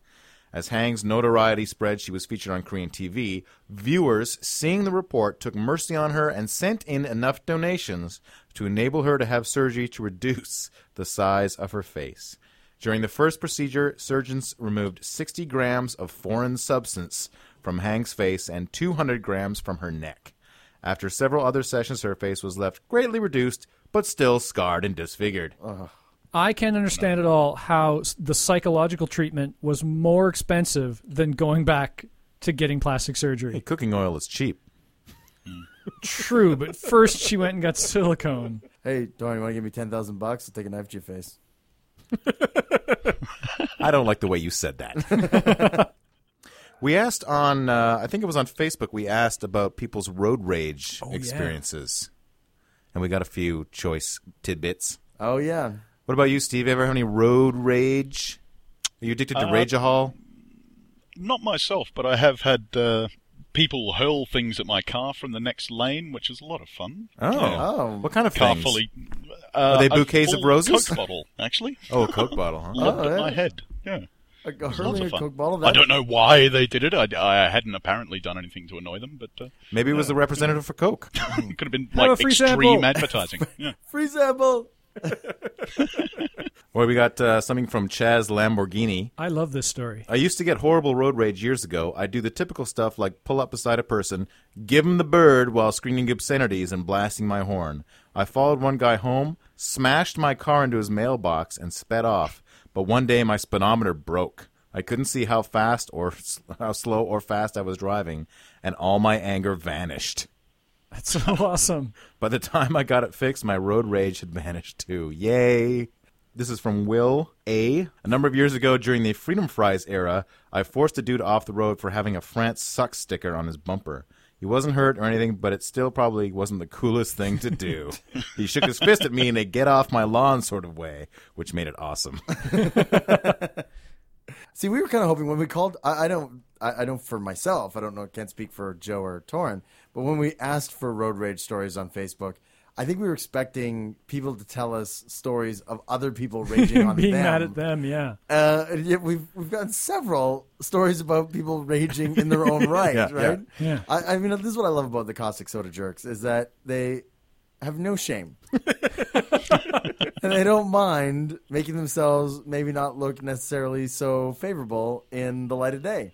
Speaker 2: As Hang's notoriety spread, she was featured on Korean TV. Viewers, seeing the report, took mercy on her and sent in enough donations to enable her to have surgery to reduce the size of her face. During the first procedure, surgeons removed 60 grams of foreign substance from Hang's face and 200 grams from her neck. After several other sessions, her face was left greatly reduced, but still scarred and disfigured.
Speaker 3: I can't understand at all how s- the psychological treatment was more expensive than going back to getting plastic surgery.
Speaker 2: Cooking oil is cheap.
Speaker 3: True, but first she went and got silicone.
Speaker 1: Hey, Dorian, you want to give me ten thousand bucks? I'll take a knife to your face.
Speaker 2: I don't like the way you said that. we asked on, uh, I think it was on Facebook, we asked about people's road rage experiences. And we got a few choice tidbits.
Speaker 1: Oh yeah,
Speaker 2: What about you, Steve? Ever have any road rage? Are you addicted to Rageahol?
Speaker 4: Not myself, but I have had uh, people hurl things at my car from the next lane, which is a lot of fun.
Speaker 2: Oh.
Speaker 1: Oh.
Speaker 2: What kind of
Speaker 4: car
Speaker 2: things?
Speaker 4: fully. Uh,
Speaker 2: they
Speaker 4: a
Speaker 2: bouquets of
Speaker 4: full
Speaker 2: roses?
Speaker 4: Coke bottle, actually.
Speaker 2: Oh, a Coke bottle, huh?
Speaker 4: Lobbed
Speaker 1: Oh, yeah.
Speaker 4: at my head. Yeah.
Speaker 1: a, a
Speaker 4: Lots
Speaker 1: hurling
Speaker 4: of
Speaker 1: a
Speaker 4: fun.
Speaker 1: Coke bottle.
Speaker 4: I don't know why they did it. I, I hadn't apparently done anything to annoy them, but uh,
Speaker 2: Maybe it was the representative for Coke.
Speaker 4: it could have been
Speaker 3: Have a
Speaker 4: like
Speaker 3: free
Speaker 4: extreme
Speaker 3: sample.
Speaker 4: advertising. Yeah.
Speaker 1: Free sample.
Speaker 2: Or we got uh, something from Chaz Lamborghini.
Speaker 3: I love this story.
Speaker 2: I used to get horrible road rage years ago. I do the typical stuff like pull up beside a person, give him the bird while screaming obscenities and blasting my horn. I followed one guy home, smashed my car into his mailbox, and sped off. But one day my speedometer broke. I couldn't see how fast or s- how slow or fast I was driving, and all my anger vanished.
Speaker 3: That's so awesome.
Speaker 2: By the time I got it fixed, my road rage had vanished too. Yay! This is from Will A. A number of years ago during the Freedom Fries era, I forced a dude off the road for having a France sucks sticker on his bumper. He wasn't hurt or anything, but it still probably wasn't the coolest thing to do. he shook his fist at me in a get off my lawn sort of way, which made it awesome.
Speaker 1: See, we were kind of hoping when we called. I, I don't. I, I don't for myself. I don't know. Can't speak for Joe or Torin. But when we asked for road rage stories on Facebook, I think we were expecting people to tell us stories of other people raging on
Speaker 3: Being
Speaker 1: them.
Speaker 3: mad at them, yeah.
Speaker 1: Uh, and yet we've we've gotten several stories about people raging in their own right,
Speaker 2: Yeah,
Speaker 1: right?
Speaker 3: yeah. Yeah.
Speaker 1: I, I mean, this is what I love about the caustic soda jerks is that they have no shame, and they don't mind making themselves maybe not look necessarily so favorable in the light of day.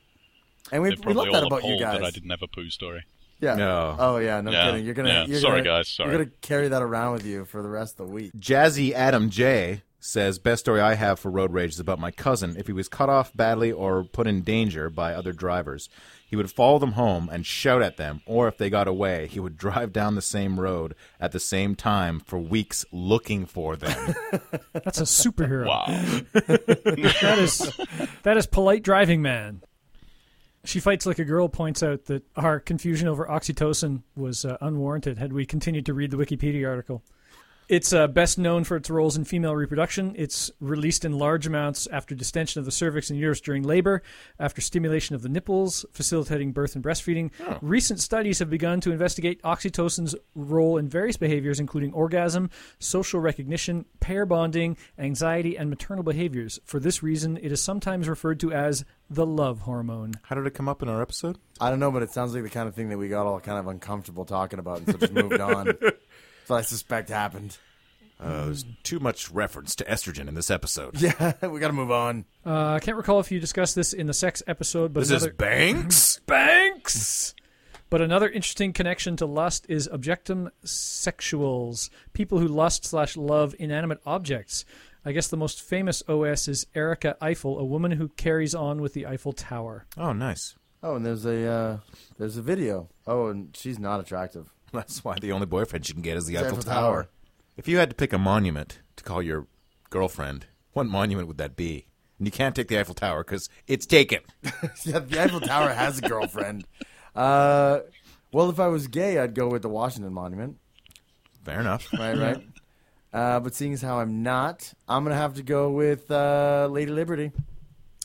Speaker 1: And we,
Speaker 4: They're
Speaker 1: we love
Speaker 4: probably
Speaker 1: that
Speaker 4: all
Speaker 1: about you
Speaker 4: appalled
Speaker 1: guys.
Speaker 4: that I didn't have a poo story.
Speaker 1: Yeah.
Speaker 2: No.
Speaker 1: Oh yeah. No
Speaker 4: Yeah,
Speaker 1: kidding. You're gonna.
Speaker 4: yeah.
Speaker 1: You're
Speaker 4: Sorry,
Speaker 1: gonna,
Speaker 4: guys, sorry.
Speaker 1: You're gonna carry that around with you for the rest of the week.
Speaker 2: Jazzy Adam J says best story I have for road rage is about my cousin. If he was cut off badly or put in danger by other drivers, he would follow them home and shout at them, or if they got away, he would drive down the same road at the same time for weeks looking for them.
Speaker 3: That's a superhero.
Speaker 4: Wow.
Speaker 3: That is that is polite driving man. She fights like a girl points out that our confusion over oxytocin was uh, unwarranted had we continued to read the Wikipedia article. It's uh, best known for its roles in female reproduction. It's released in large amounts after distension of the cervix and uterus during labor, after stimulation of the nipples, facilitating birth and breastfeeding. Recent studies have begun to investigate oxytocin's role in various behaviors, including orgasm, social recognition, pair bonding, anxiety, and maternal behaviors. For this reason, it is sometimes referred to as the love hormone.
Speaker 2: How did it come up in our episode?
Speaker 1: I don't know, but it sounds like the kind of thing that we got all kind of uncomfortable talking about, and so just moved on. That's what I suspect happened.
Speaker 2: Uh, there's too much reference to estrogen in this episode.
Speaker 1: Yeah, we got to move on.
Speaker 3: Uh, I can't recall if you discussed this in the sex episode, but
Speaker 2: This
Speaker 3: another,
Speaker 2: is Banks.
Speaker 3: Banks. But another interesting connection to lust is objectum sexuals, people who lust slash love inanimate objects. I guess the most famous OS is Erica Eiffel, a woman who carries on with the Eiffel Tower.
Speaker 2: Oh, nice.
Speaker 1: Oh, and there's a uh, there's a video. Oh, and she's not attractive.
Speaker 2: That's why the only boyfriend you can get is the Eiffel
Speaker 1: Eiffel
Speaker 2: Tower.
Speaker 1: Tower.
Speaker 2: If you had to pick a monument to call your girlfriend, what monument would that be? And you can't take the Eiffel Tower because it's taken.
Speaker 1: Yeah, the Eiffel Tower has a girlfriend. Uh, well, if I was gay, I'd go with the Washington Monument.
Speaker 2: Fair enough.
Speaker 1: Right, right. Uh, but seeing as how I'm not, I'm gonna have to go with uh, Lady Liberty.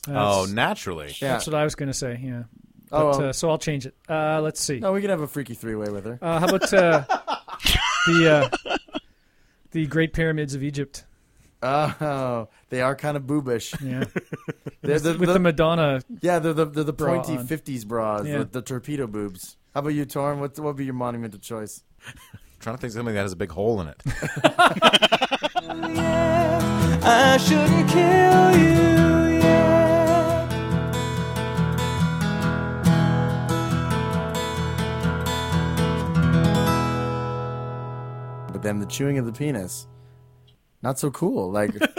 Speaker 2: oh, naturally.
Speaker 1: Yeah.
Speaker 3: That's what I was going to say, yeah.
Speaker 1: Oh,
Speaker 3: But,
Speaker 1: well.
Speaker 3: uh, so I'll change it. Uh, let's see.
Speaker 1: No, we could have a freaky three way with her.
Speaker 3: Uh, how about uh, the uh, the Great Pyramids of Egypt? Uh,
Speaker 1: Oh, they are kind of boobish.
Speaker 3: Yeah,
Speaker 1: They're the,
Speaker 3: with the,
Speaker 1: the-
Speaker 3: Madonna.
Speaker 1: yeah, they're the, they're the
Speaker 3: Bra
Speaker 1: pointy
Speaker 3: on.
Speaker 1: 50s bras,
Speaker 3: Yeah.
Speaker 1: the, the torpedo boobs. How about you, Torm? What what would be your monument of choice?
Speaker 2: trying to think of something that has a big hole in it.
Speaker 5: I shouldn't kill you yet.
Speaker 1: But then the chewing of the penis, not so cool. Like